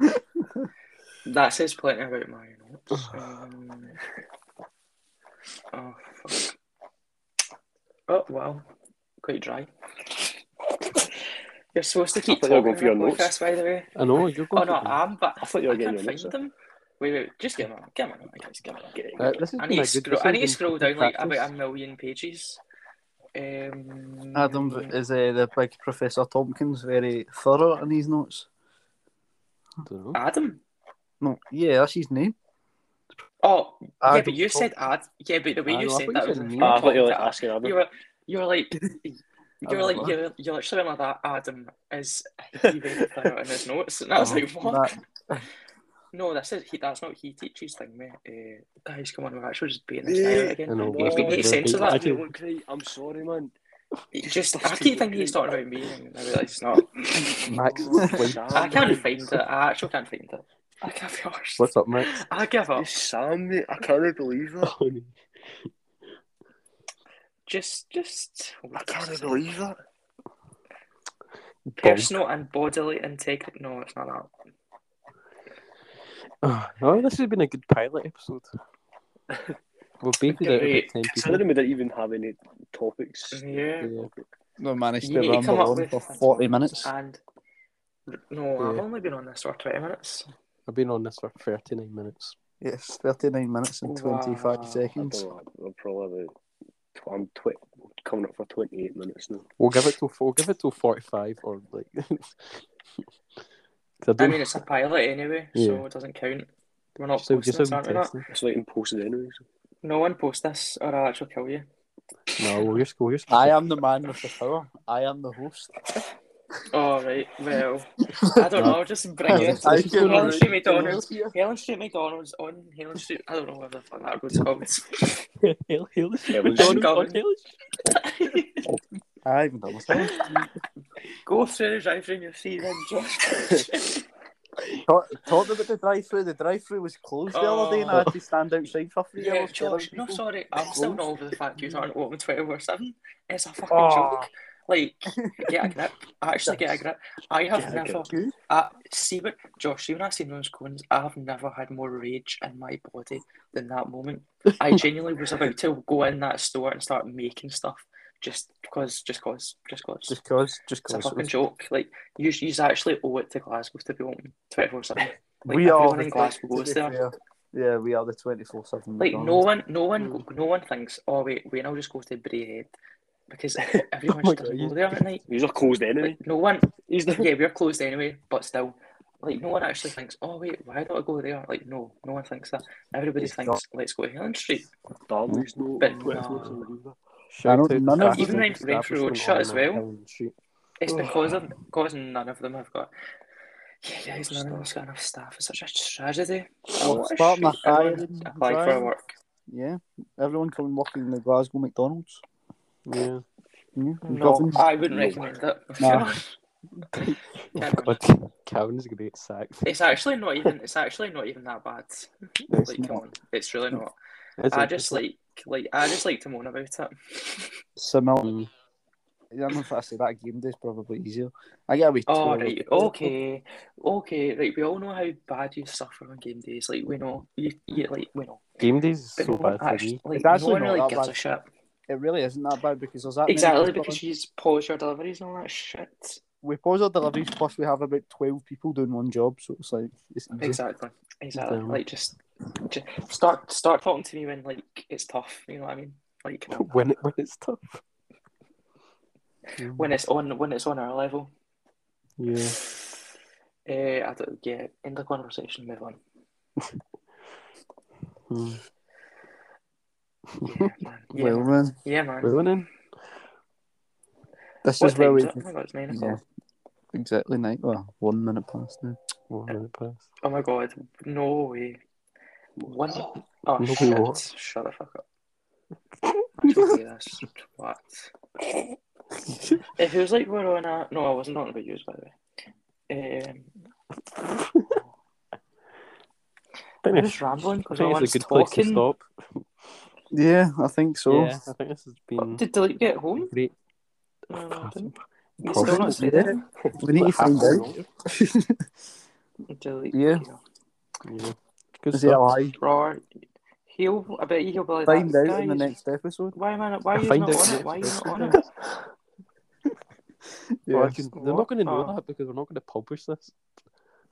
Speaker 5: that says plenty about my notes. Um, oh fuck. Oh wow, quite dry. You're supposed to keep
Speaker 4: thought you were
Speaker 5: talking
Speaker 4: going for your
Speaker 5: about
Speaker 4: notes.
Speaker 5: this, by the way.
Speaker 2: I know you're
Speaker 5: Oh
Speaker 2: going.
Speaker 5: no,
Speaker 2: to
Speaker 5: I am, but
Speaker 4: I thought you were
Speaker 5: I
Speaker 4: getting
Speaker 5: can't
Speaker 4: your
Speaker 5: find
Speaker 4: notes. eh?
Speaker 5: them. Wait, wait, just get them. on, Get them. on, guys, get them. on.
Speaker 2: Uh, this has
Speaker 5: I
Speaker 2: been
Speaker 5: need
Speaker 2: a
Speaker 5: to
Speaker 2: good
Speaker 5: scroll.
Speaker 2: this
Speaker 5: I
Speaker 2: has
Speaker 5: need to
Speaker 2: been
Speaker 5: scroll
Speaker 2: good
Speaker 5: down like about a
Speaker 2: practice.
Speaker 5: million pages. Um,
Speaker 1: Adam is uh, the big Professor Tompkins, very thorough in his notes.
Speaker 2: Dunno.
Speaker 5: Adam.
Speaker 1: No, yeah, that's his name.
Speaker 5: Oh, yeah,
Speaker 1: Adam
Speaker 5: but you said ad. Yeah, but the way
Speaker 2: I
Speaker 5: you
Speaker 2: know, I
Speaker 5: said
Speaker 2: thought
Speaker 5: that
Speaker 2: you
Speaker 5: was
Speaker 2: said
Speaker 5: if
Speaker 2: me.
Speaker 5: you
Speaker 4: Ah,
Speaker 5: were
Speaker 4: I thought you
Speaker 5: talking
Speaker 4: were
Speaker 5: to Ad-
Speaker 4: asking
Speaker 5: you
Speaker 4: Adam.
Speaker 5: were you were like you were
Speaker 1: Adam
Speaker 5: like
Speaker 1: what?
Speaker 5: you you literally went like that. Adam is he very thorough in his notes, and I was like, what?
Speaker 1: Oh, That-
Speaker 5: No, that's it. He, that's not he teaches thing, mate. Uh, guys, come on, we're actually just beating this
Speaker 4: Yeah.
Speaker 5: down again.
Speaker 2: I know,
Speaker 5: We,
Speaker 2: we're-
Speaker 5: we need
Speaker 2: we're
Speaker 5: to censor
Speaker 2: beating-
Speaker 5: that.
Speaker 2: actually-
Speaker 4: Doesn't look great. I'm sorry, man.
Speaker 5: Just I
Speaker 4: That's
Speaker 5: keep
Speaker 4: good.
Speaker 5: thinking he's talking about me, and I realise it's not.
Speaker 2: Max
Speaker 4: Oh,
Speaker 2: Wait,
Speaker 4: Sam,
Speaker 5: I can't
Speaker 4: man.
Speaker 5: find it. I actually can't find it. I can't be honest.
Speaker 2: What's up, Max?
Speaker 5: I give up.
Speaker 4: It's Sam, mate. I can't believe that.
Speaker 2: Oh, no.
Speaker 5: Just, just
Speaker 4: I can't believe that.
Speaker 5: personal and bodily integrity. No, it's not that.
Speaker 2: Oh, no, this has been a good pilot episode. We've beefed it out about
Speaker 5: Great.
Speaker 2: ten people.
Speaker 4: Considering we didn't even have any topics.
Speaker 5: Yeah.
Speaker 2: Yeah.
Speaker 1: No, managed to
Speaker 5: You need
Speaker 1: ramble
Speaker 5: to come up
Speaker 1: on
Speaker 5: with-
Speaker 1: for 40 minutes.
Speaker 5: And no, I've
Speaker 2: Yeah.
Speaker 5: only been on this for twenty minutes.
Speaker 2: I've been on this for thirty nine minutes.
Speaker 1: Yes, 39 minutes and 25
Speaker 5: Wow.
Speaker 4: I
Speaker 2: Mm-hmm.
Speaker 4: don't
Speaker 1: seconds.
Speaker 4: know. I'm probably about. tw- I'm twi- coming up for 28 minutes now.
Speaker 2: We'll give it till we'll give it till forty five or like. 'Cause I
Speaker 5: I
Speaker 2: don't-
Speaker 5: mean, it's a pilot anyway, so it doesn't count. We're not
Speaker 2: Just so-
Speaker 5: posting
Speaker 2: just
Speaker 5: this,
Speaker 2: so
Speaker 5: aren't we? Not?
Speaker 2: testing.
Speaker 4: It's like imposted anyway. So.
Speaker 5: No one post this, or I'll actually kill you.
Speaker 2: No, we'll just we'll just.
Speaker 1: I am the man with the power. I am the host.
Speaker 5: All right. Well, I don't know. Just bring it.
Speaker 1: I
Speaker 5: Helen
Speaker 1: can
Speaker 5: Street
Speaker 1: already
Speaker 5: McDonald's.
Speaker 1: feel
Speaker 5: Helen Street McDonald's on Helen Street. I don't know where the fuck that goes. Obviously.
Speaker 2: Hail, hail, hail,
Speaker 4: Helen's-
Speaker 2: McDonald's
Speaker 5: Gavin.
Speaker 2: on Hail
Speaker 1: I haven't done myself.
Speaker 5: Go through the drive-thru and you'll see them. Just
Speaker 1: Talk, talk about the drive-through. The drive-through was closed the other day, and I had to stand outside for three
Speaker 5: yeah,
Speaker 1: hours. telling
Speaker 5: Josh. No,
Speaker 1: people.
Speaker 5: sorry. I'm still not over the fact you aren't open twenty four seven. It's a fucking
Speaker 1: Oh.
Speaker 5: joke. Like, get a grip. Actually, get a grip. I have
Speaker 4: Get a
Speaker 5: never.
Speaker 1: Good.
Speaker 5: I see, but Josh, see when I seen those cones, I have never had more rage in my body than that moment. I genuinely was about to go in that store and start making stuff just because, just cause, just cause.
Speaker 1: Just cause, just
Speaker 5: it's a
Speaker 1: cause.
Speaker 5: fucking joke. Like you, you actually owe it to Glasgow to be open twenty four seven. Like
Speaker 1: we
Speaker 5: everyone
Speaker 1: are the
Speaker 5: in Glasgow
Speaker 1: to
Speaker 5: goes
Speaker 1: be
Speaker 5: there.
Speaker 1: fair. Yeah, we are the twenty-four seven.
Speaker 5: Like no one, no one, go- no one thinks. Oh wait, wait, I'll just go to Brayhead because everyone
Speaker 2: Oh my
Speaker 5: just doesn't
Speaker 2: God,
Speaker 5: go
Speaker 2: you-
Speaker 5: there at night.
Speaker 4: These are closed anyway.
Speaker 5: Like, no one, yeah, we're closed anyway, but still, like, no one actually thinks, oh, wait, why do I go there? Like, no, no one thinks that. Everybody
Speaker 1: It's
Speaker 5: thinks, let's go to Helen Street.
Speaker 4: Damn, there's no.
Speaker 5: But
Speaker 4: no.
Speaker 5: no.
Speaker 1: I don't-
Speaker 2: Shout out
Speaker 1: none
Speaker 2: the
Speaker 1: of-
Speaker 2: staff and
Speaker 5: Even
Speaker 2: establishment
Speaker 5: Renfrew Road shut
Speaker 2: on
Speaker 5: as well.
Speaker 2: Helen Street.
Speaker 5: It's because of, because none of them have got. Yeah, guys, none of us got enough staff. It's such a tragedy.
Speaker 1: Well,
Speaker 5: What a
Speaker 1: starting a
Speaker 5: shame. Everyone
Speaker 1: hiring
Speaker 5: applied for
Speaker 1: drive.
Speaker 5: work.
Speaker 1: Yeah, everyone coming working in the Glasgow McDonald's.
Speaker 2: Yeah.
Speaker 1: Yeah.
Speaker 5: No,
Speaker 1: Govan-
Speaker 5: I wouldn't recommend it.
Speaker 1: No.
Speaker 5: Yeah,
Speaker 2: God, Calvin's gonna be sacked.
Speaker 5: It's actually not even. It's actually not even that bad.
Speaker 2: It's
Speaker 5: Like, come on, it's really not.
Speaker 2: It's
Speaker 5: I
Speaker 2: like-
Speaker 5: just like like I just like to moan about it.
Speaker 1: similar.
Speaker 2: Mm.
Speaker 1: I don't know if I say that game day is probably easier. I get away. two
Speaker 5: Oh
Speaker 1: hours
Speaker 5: right,
Speaker 1: early.
Speaker 5: okay, okay. Like we all know how bad you suffer on game days. Like we know you, you like we know.
Speaker 2: Game days is
Speaker 5: But
Speaker 2: so
Speaker 5: no one
Speaker 2: bad for
Speaker 5: actually,
Speaker 2: me.
Speaker 5: like,
Speaker 1: It's actually
Speaker 5: no one
Speaker 1: not
Speaker 5: really
Speaker 1: that
Speaker 5: gives
Speaker 1: bad.
Speaker 5: a shit.
Speaker 1: It really isn't that bad because there's that many
Speaker 5: Exactly
Speaker 1: people
Speaker 5: because
Speaker 1: in.
Speaker 5: you just pause your deliveries and all that shit.
Speaker 1: we pause our deliveries plus we have about twelve people doing one job, so it's like it's easy.
Speaker 5: Exactly, exactly.
Speaker 2: Damn.
Speaker 5: Like just, just start start talking to me when like it's tough. You know what I mean? Like
Speaker 2: When it, when it's tough. Hmm,
Speaker 5: when it's on when it's on our level.
Speaker 2: Yeah.
Speaker 5: Uh, I don't, yeah, end the conversation. Move on.
Speaker 2: Mm.
Speaker 5: Yeah, man. Yeah,
Speaker 1: Well
Speaker 5: man.
Speaker 1: then,
Speaker 5: yeah, man.
Speaker 2: We're winning.
Speaker 1: this
Speaker 5: What
Speaker 1: is where
Speaker 5: time
Speaker 1: we
Speaker 5: is it? Oh my god, it's nine
Speaker 1: Yeah.
Speaker 5: o'clock.
Speaker 1: exactly night. Well, one minute past now.
Speaker 2: One minute pass.
Speaker 5: Oh my god, no way. One. Oh
Speaker 2: No
Speaker 5: shit.
Speaker 2: what?
Speaker 5: Shut the fuck up. I told you this. What? If it was like we're on a. No, I wasn't talking about you, by the way. Um, I'm
Speaker 2: Finish.
Speaker 5: just
Speaker 2: I
Speaker 5: rambling because no
Speaker 2: think
Speaker 5: one's
Speaker 2: it's a good place to
Speaker 5: talking.
Speaker 2: stop.
Speaker 1: Yeah, I think so.
Speaker 2: Yeah, I think this has
Speaker 5: Oh,
Speaker 2: been
Speaker 5: did Delete get home?
Speaker 2: great.
Speaker 5: No, no, I didn't. You still
Speaker 2: Probably.
Speaker 5: not said
Speaker 1: Yeah.
Speaker 5: anything?
Speaker 1: We need to find
Speaker 2: Halfway.
Speaker 1: out.
Speaker 5: Delete.
Speaker 1: Yeah.
Speaker 2: Yeah. Good
Speaker 1: Is he
Speaker 2: stuff.
Speaker 1: alive?
Speaker 5: Right. He'll. I bet you he'll be like
Speaker 1: Find out
Speaker 5: that.
Speaker 1: in the
Speaker 5: guys,
Speaker 1: next episode.
Speaker 5: Why am I not? Why are you
Speaker 2: Find
Speaker 5: not
Speaker 2: out
Speaker 5: on
Speaker 2: next
Speaker 5: it? Why are you not on it?
Speaker 2: Well, I
Speaker 1: Yeah.
Speaker 2: can- they're not going to know
Speaker 5: Oh.
Speaker 2: that because we're not going to publish this.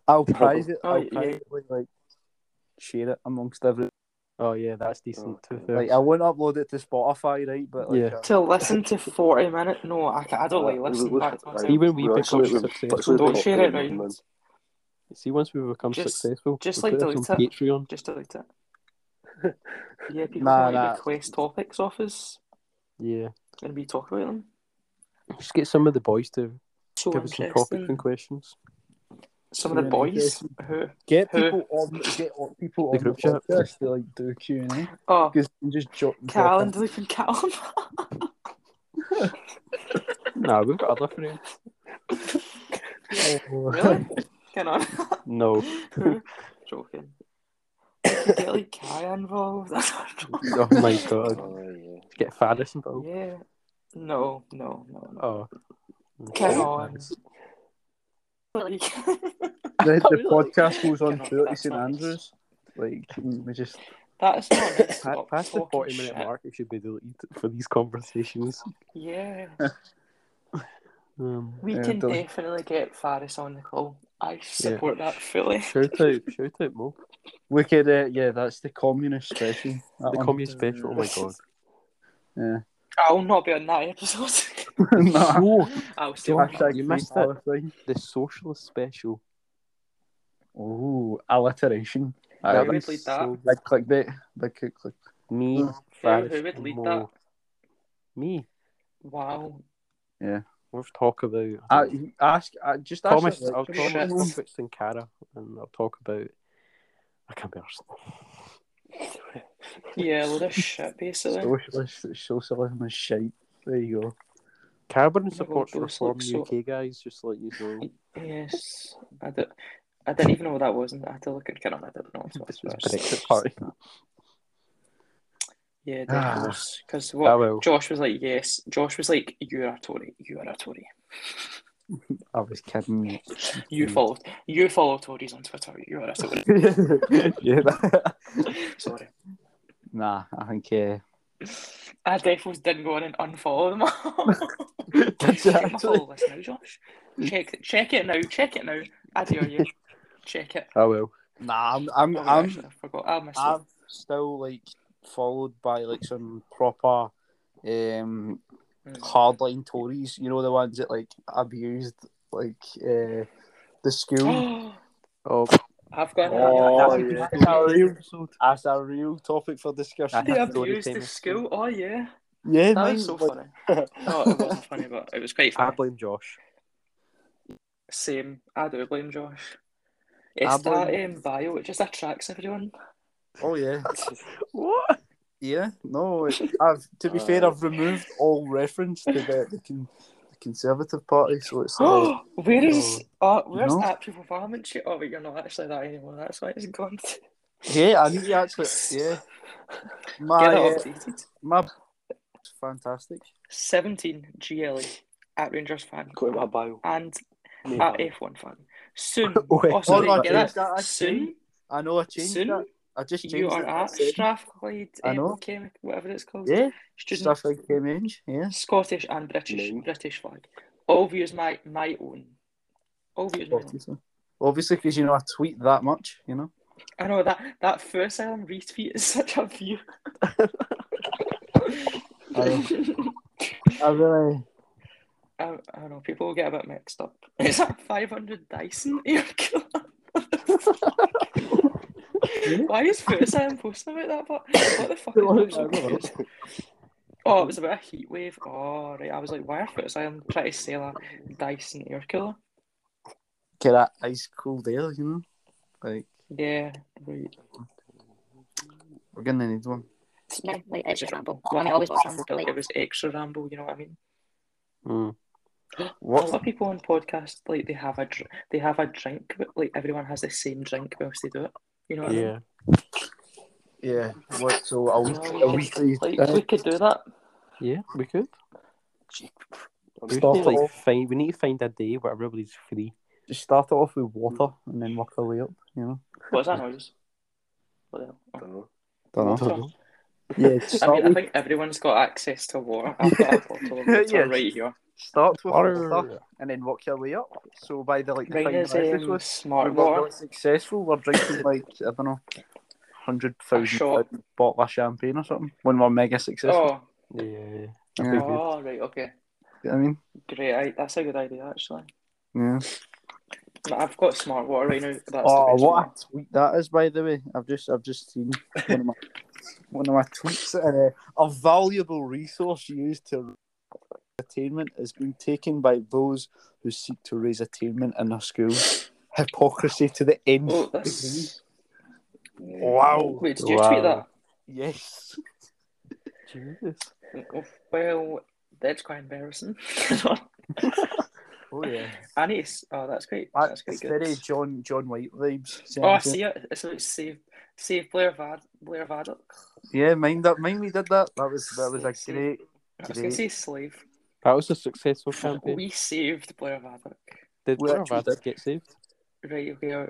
Speaker 1: I'll private.
Speaker 5: Oh,
Speaker 1: I'll
Speaker 5: yeah.
Speaker 1: privately like share it amongst everyone.
Speaker 2: Oh yeah, that's decent. to be fair.
Speaker 1: Like I won't upload it to Spotify, right? But like,
Speaker 2: Yeah.
Speaker 1: uh,
Speaker 5: To listen to 40 minutes? No, I, ca- I don't like
Speaker 4: Uh,
Speaker 5: listening
Speaker 4: look,
Speaker 5: back to
Speaker 4: look,
Speaker 5: myself.
Speaker 2: Even we
Speaker 4: We're
Speaker 2: become
Speaker 4: actually- we're
Speaker 2: successful.
Speaker 4: actually-
Speaker 5: Don't
Speaker 4: Talk
Speaker 5: share
Speaker 4: to
Speaker 5: it
Speaker 4: them,
Speaker 5: now.
Speaker 4: man.
Speaker 2: See, once we become
Speaker 5: Just-
Speaker 2: successful,
Speaker 5: just
Speaker 2: we'll
Speaker 5: like
Speaker 2: put this on
Speaker 5: delete it.
Speaker 2: Patreon.
Speaker 5: Just delete it. Yeah, people
Speaker 1: Nah,
Speaker 5: can like,
Speaker 1: nah.
Speaker 5: request topics off us
Speaker 2: Yeah,
Speaker 5: and we talk about them.
Speaker 2: just get some of the boys to
Speaker 5: So
Speaker 2: give us some topics
Speaker 5: interesting.
Speaker 2: and questions.
Speaker 5: Some of the
Speaker 1: Q&A
Speaker 5: boys
Speaker 1: session.
Speaker 5: who
Speaker 1: get
Speaker 5: Who?
Speaker 1: people on. Get on- people
Speaker 2: The
Speaker 1: on
Speaker 2: group
Speaker 1: the
Speaker 2: chat.
Speaker 1: podcast to like do Q and A
Speaker 5: oh
Speaker 1: because just jo- drop
Speaker 5: Callum
Speaker 1: in.
Speaker 5: Luke and Callum.
Speaker 2: No, we've got other friends.
Speaker 5: really? Can I?
Speaker 2: No,
Speaker 5: Joking. Get like Kai involved.
Speaker 2: oh my god,
Speaker 4: Oh, yeah.
Speaker 2: get Faris
Speaker 1: Oh.
Speaker 2: involved.
Speaker 5: yeah. No, no, no, no.
Speaker 2: Oh,
Speaker 5: Come on. Like,
Speaker 1: The, the
Speaker 2: Really?
Speaker 1: podcast goes on
Speaker 5: Cannot-
Speaker 1: tour to
Speaker 5: that's
Speaker 1: St
Speaker 5: not-
Speaker 1: Andrews. Like we just
Speaker 5: that's not nice.
Speaker 2: Pa-
Speaker 5: Stop
Speaker 2: past the
Speaker 5: talking
Speaker 2: forty minute
Speaker 5: shit.
Speaker 2: mark, it should be deleted for these conversations.
Speaker 5: Yeah.
Speaker 2: Um,
Speaker 5: We
Speaker 1: Yeah,
Speaker 5: can
Speaker 1: don't-
Speaker 5: definitely get Faris on the call. I support that fully.
Speaker 2: shout out, shout out, Mo.
Speaker 1: we could. Uh, yeah, that's the communist special. That
Speaker 2: The
Speaker 1: one.
Speaker 2: commune special. Oh my god.
Speaker 1: yeah.
Speaker 5: I'll not be on that episode.
Speaker 1: Nah.
Speaker 2: No,
Speaker 5: I'll still
Speaker 2: Josh,
Speaker 1: Hashtag
Speaker 2: you
Speaker 1: free
Speaker 2: missed it.
Speaker 1: Palestine.
Speaker 2: The socialist special.
Speaker 1: Oh, alliteration.
Speaker 5: Aye,
Speaker 2: That'd
Speaker 5: who
Speaker 2: be
Speaker 5: would lead that?
Speaker 2: good.
Speaker 1: Big clickbait. Big click click.
Speaker 2: Me,
Speaker 1: Who-
Speaker 2: Farish,
Speaker 5: who would
Speaker 2: and
Speaker 5: lead
Speaker 2: Mo.
Speaker 5: that?
Speaker 2: Me.
Speaker 5: Wow.
Speaker 2: We'll talk about. I
Speaker 1: Uh,
Speaker 2: don't know.
Speaker 1: ask. Uh, just ask.
Speaker 2: Thomas, oh,
Speaker 1: it,
Speaker 2: I'll
Speaker 1: like,
Speaker 5: good
Speaker 2: Thomas
Speaker 5: shit.
Speaker 2: talk about Sankara, and I'll talk about. I can't be arsed.
Speaker 5: Yeah, a load of shit, basically.
Speaker 1: Socialist, socialism is shite. There you go.
Speaker 2: Carbon
Speaker 5: Maybe
Speaker 2: supports
Speaker 5: those
Speaker 2: reform
Speaker 5: look so-
Speaker 2: UK guys, just like you know.
Speaker 5: Yes. I, d- I didn't even know what that was. and I had to look at it. up. I didn't know what it was.
Speaker 2: This is
Speaker 5: but it's-
Speaker 2: Brexit party.
Speaker 5: Yeah,
Speaker 1: Ah.
Speaker 5: because
Speaker 2: I
Speaker 5: what
Speaker 2: will.
Speaker 5: Josh was like, yes. Josh was like, you are a Tory. You are a Tory.
Speaker 1: I was kidding.
Speaker 5: You follow. You follow Tories on Twitter. You are a Tory.
Speaker 1: yeah. That...
Speaker 5: Sorry.
Speaker 1: Nah, I think. Uh...
Speaker 5: I definitely didn't go in and unfollow them all.
Speaker 1: That's
Speaker 5: Check my
Speaker 1: actually-
Speaker 5: follow list now, Josh. Check check it now. Check it now. I dare you. Check it.
Speaker 2: I will.
Speaker 1: Nah, I'm. I'm.
Speaker 5: Oh,
Speaker 1: I'm
Speaker 5: actually, I forgot. I missed it.
Speaker 1: I've still like followed by like some proper um
Speaker 5: Mm.
Speaker 1: hardline Tories. You know the ones that like abused like uh, the school.
Speaker 2: Oh,
Speaker 5: I've got.
Speaker 4: Oh,
Speaker 5: it.
Speaker 4: yeah.
Speaker 1: That's a real, that's a real topic for discussion.
Speaker 5: They
Speaker 2: That's Tory
Speaker 5: abused the
Speaker 2: tennis.
Speaker 5: school. Oh yeah,
Speaker 1: Yeah,
Speaker 5: that
Speaker 1: man.
Speaker 5: was so
Speaker 1: like,
Speaker 5: funny. No, it wasn't funny, but it was quite
Speaker 2: I
Speaker 5: funny.
Speaker 2: blame Josh.
Speaker 5: Same. I do blame Josh. It's
Speaker 1: I blame-
Speaker 5: that um, bio. It just attracts everyone.
Speaker 1: oh yeah,
Speaker 2: What?
Speaker 1: yeah. No, it- I've to be
Speaker 5: Uh.
Speaker 1: fair, I've removed all reference to the, the, con, the Conservative Party, so it's like,
Speaker 5: where is? Oh, where's
Speaker 1: No.
Speaker 5: actual performance? Shit? Oh, but you're not actually that anymore. That's why it's gone.
Speaker 1: yeah, I need to actually, yeah.
Speaker 5: Get
Speaker 1: My uh,
Speaker 5: it updated.
Speaker 1: my fantastic.
Speaker 5: 17 GLE at Rangers fan
Speaker 4: Go to my bio.
Speaker 5: and
Speaker 4: Me.
Speaker 5: at F1 fan. soon.
Speaker 2: Wait,
Speaker 5: also,
Speaker 1: hold
Speaker 5: didn't
Speaker 1: on,
Speaker 5: get
Speaker 1: change
Speaker 5: that.
Speaker 1: that, I
Speaker 5: soon,
Speaker 1: I know I changed
Speaker 5: soon,
Speaker 1: that. I just changed
Speaker 5: you are
Speaker 1: it.
Speaker 5: at Strathclyde,
Speaker 1: I
Speaker 5: um,
Speaker 1: know.
Speaker 5: Chem- whatever it's called.
Speaker 1: Yeah,
Speaker 5: Student,
Speaker 1: stuff like came in. Yeah,
Speaker 5: Scottish and British,
Speaker 4: Name.
Speaker 5: British flag. All views my my own. All views my own.
Speaker 1: obviously, because you know I tweet that much. You know.
Speaker 5: I know that that first island retweet is such a view.
Speaker 1: I really.
Speaker 5: I, I don't know. People will get a bit mixed up. Is that 500 Dyson? You're kill- Why is Futsal posting about that? But what the fuck? is
Speaker 1: wasn't
Speaker 5: that? I'm so
Speaker 1: that
Speaker 5: confused. Oh, it was about a heat wave. Oh, right. I was like, why are Futsal trying to sell a Dyson air cooler?
Speaker 1: Get that ice cold air. You know, like
Speaker 5: Yeah, right.
Speaker 1: we're gonna need one.
Speaker 6: Yeah, like it's just ramble.
Speaker 5: Well,
Speaker 6: I
Speaker 5: it
Speaker 6: always
Speaker 5: was
Speaker 6: watch
Speaker 5: ramble.
Speaker 6: ramble.
Speaker 5: Like,
Speaker 6: Like,
Speaker 5: it was extra ramble. You know what I mean?
Speaker 2: Mm.
Speaker 5: A lot
Speaker 1: What?
Speaker 5: of people on podcasts like they have a dr- they have a drink, but like everyone has the same drink whilst they do it. You know what
Speaker 2: Yeah.
Speaker 1: Yeah. What? So a
Speaker 5: I mean?
Speaker 1: week.
Speaker 5: No,
Speaker 1: A
Speaker 5: we
Speaker 1: week.
Speaker 5: could- like, we could do that.
Speaker 2: Yeah, we could. We,
Speaker 1: Stop
Speaker 2: need, to,
Speaker 1: it.
Speaker 2: like, find, we need to find a day where everybody's free.
Speaker 1: Just Uh, start it off with water and then work our way up. You know.
Speaker 5: What's that noise? What the hell? Oh.
Speaker 4: don't know.
Speaker 1: Don't know.
Speaker 5: Water.
Speaker 1: Yeah. just
Speaker 5: I
Speaker 1: Start
Speaker 5: mean, I
Speaker 1: with,
Speaker 5: think everyone's got access to water. I've got a bottle of water
Speaker 1: Yeah.
Speaker 5: right here.
Speaker 1: start with
Speaker 2: Water.
Speaker 1: water and then work your way up. So by the like the
Speaker 5: Mine
Speaker 1: final
Speaker 5: is um,
Speaker 1: episode,
Speaker 5: smart
Speaker 1: if we're
Speaker 5: water.
Speaker 1: not successful, we're drinking like I don't know, hundred thousand
Speaker 5: shot.
Speaker 1: bottle of champagne or something when we're mega successful.
Speaker 5: Oh,
Speaker 2: Yeah.
Speaker 1: yeah.
Speaker 2: Very good.
Speaker 5: oh, right, okay.
Speaker 1: You know what I mean,
Speaker 5: Great, I, that's a good idea, actually.
Speaker 1: yeah.
Speaker 5: But I've got smart water right now. That's the
Speaker 1: Oh,
Speaker 5: best
Speaker 1: what
Speaker 5: water.
Speaker 1: a tweet that is! By the way, I've just I've just seen one of my one of my tweets. Uh, a valuable resource used to attainment is being taken by those who seek to raise attainment in their schools. Hypocrisy to the end.
Speaker 5: Oh, that's...
Speaker 1: Wow.
Speaker 5: Wait, did you
Speaker 2: Wow.
Speaker 5: tweet that?
Speaker 1: Yes.
Speaker 2: Jesus.
Speaker 5: Oh, Well, that's quite embarrassing.
Speaker 1: Oh yeah.
Speaker 5: Anis, oh, that's great. That's
Speaker 1: That's
Speaker 5: quite good.
Speaker 1: very John John White vibes. See
Speaker 5: Oh, I
Speaker 1: what I'm
Speaker 5: see it. It's about save, save Blair Vad, Blair Vaddock.
Speaker 1: Yeah, mind that. Mind we did that. That was that was a great.
Speaker 5: I was gonna
Speaker 1: Great.
Speaker 5: say slave.
Speaker 2: That was a successful campaign.
Speaker 5: We saved Blair Vaddock.
Speaker 2: Did
Speaker 1: we
Speaker 2: Blair
Speaker 1: actually
Speaker 2: Vaddock get saved?
Speaker 5: Right, okay. uh,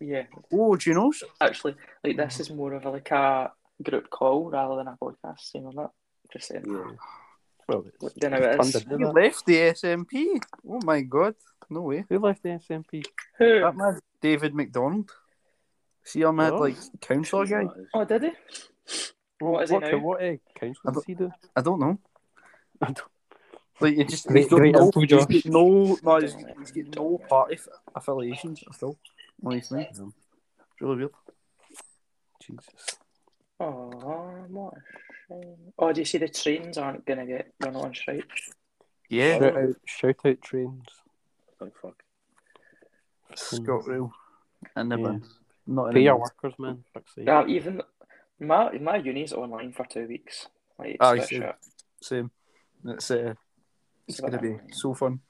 Speaker 5: Yeah,
Speaker 1: Oh, do you know?
Speaker 5: actually, like this is more of a, like a group call rather than a podcast. You know that? Just saying.
Speaker 4: Yeah.
Speaker 2: Well,
Speaker 5: Look, don't know what it is.
Speaker 2: funded,
Speaker 1: He
Speaker 2: isn't it?
Speaker 1: left the SMP. Oh my god, no way.
Speaker 2: Who left the SMP?
Speaker 5: Who?
Speaker 1: That man, David McDonald. See, I'm had
Speaker 2: Oh.
Speaker 1: like councillor guy.
Speaker 5: Oh, did he? What is he
Speaker 2: what,
Speaker 5: now?
Speaker 2: co- what uh, council does he do?
Speaker 1: I don't know.
Speaker 2: I don't-
Speaker 1: Like you just
Speaker 2: Great-
Speaker 1: he's got
Speaker 2: great
Speaker 1: no,
Speaker 2: info,
Speaker 1: he's
Speaker 2: Josh.
Speaker 1: got no, no, he's he's got no party f- affiliations at all. Honestly, It's really weird.
Speaker 2: Jesus.
Speaker 5: Oh, what a shame. Oh, do you see the trains aren't going to get, they're not on strike?
Speaker 1: Yeah.
Speaker 2: Shout out, shout out trains.
Speaker 4: Oh, fuck.
Speaker 1: Scott Real. And the
Speaker 2: Yeah.
Speaker 1: Not
Speaker 2: Pay your
Speaker 1: anymore.
Speaker 2: workers, man. Fuck's sake.
Speaker 5: Yeah, even my my uni's online for two weeks. Like, it's
Speaker 1: Aye,
Speaker 5: a bit
Speaker 1: same.
Speaker 5: shit.
Speaker 1: Same. It's, uh, it's
Speaker 5: It's a
Speaker 1: going to
Speaker 5: bit
Speaker 1: be
Speaker 5: annoying.
Speaker 1: so fun.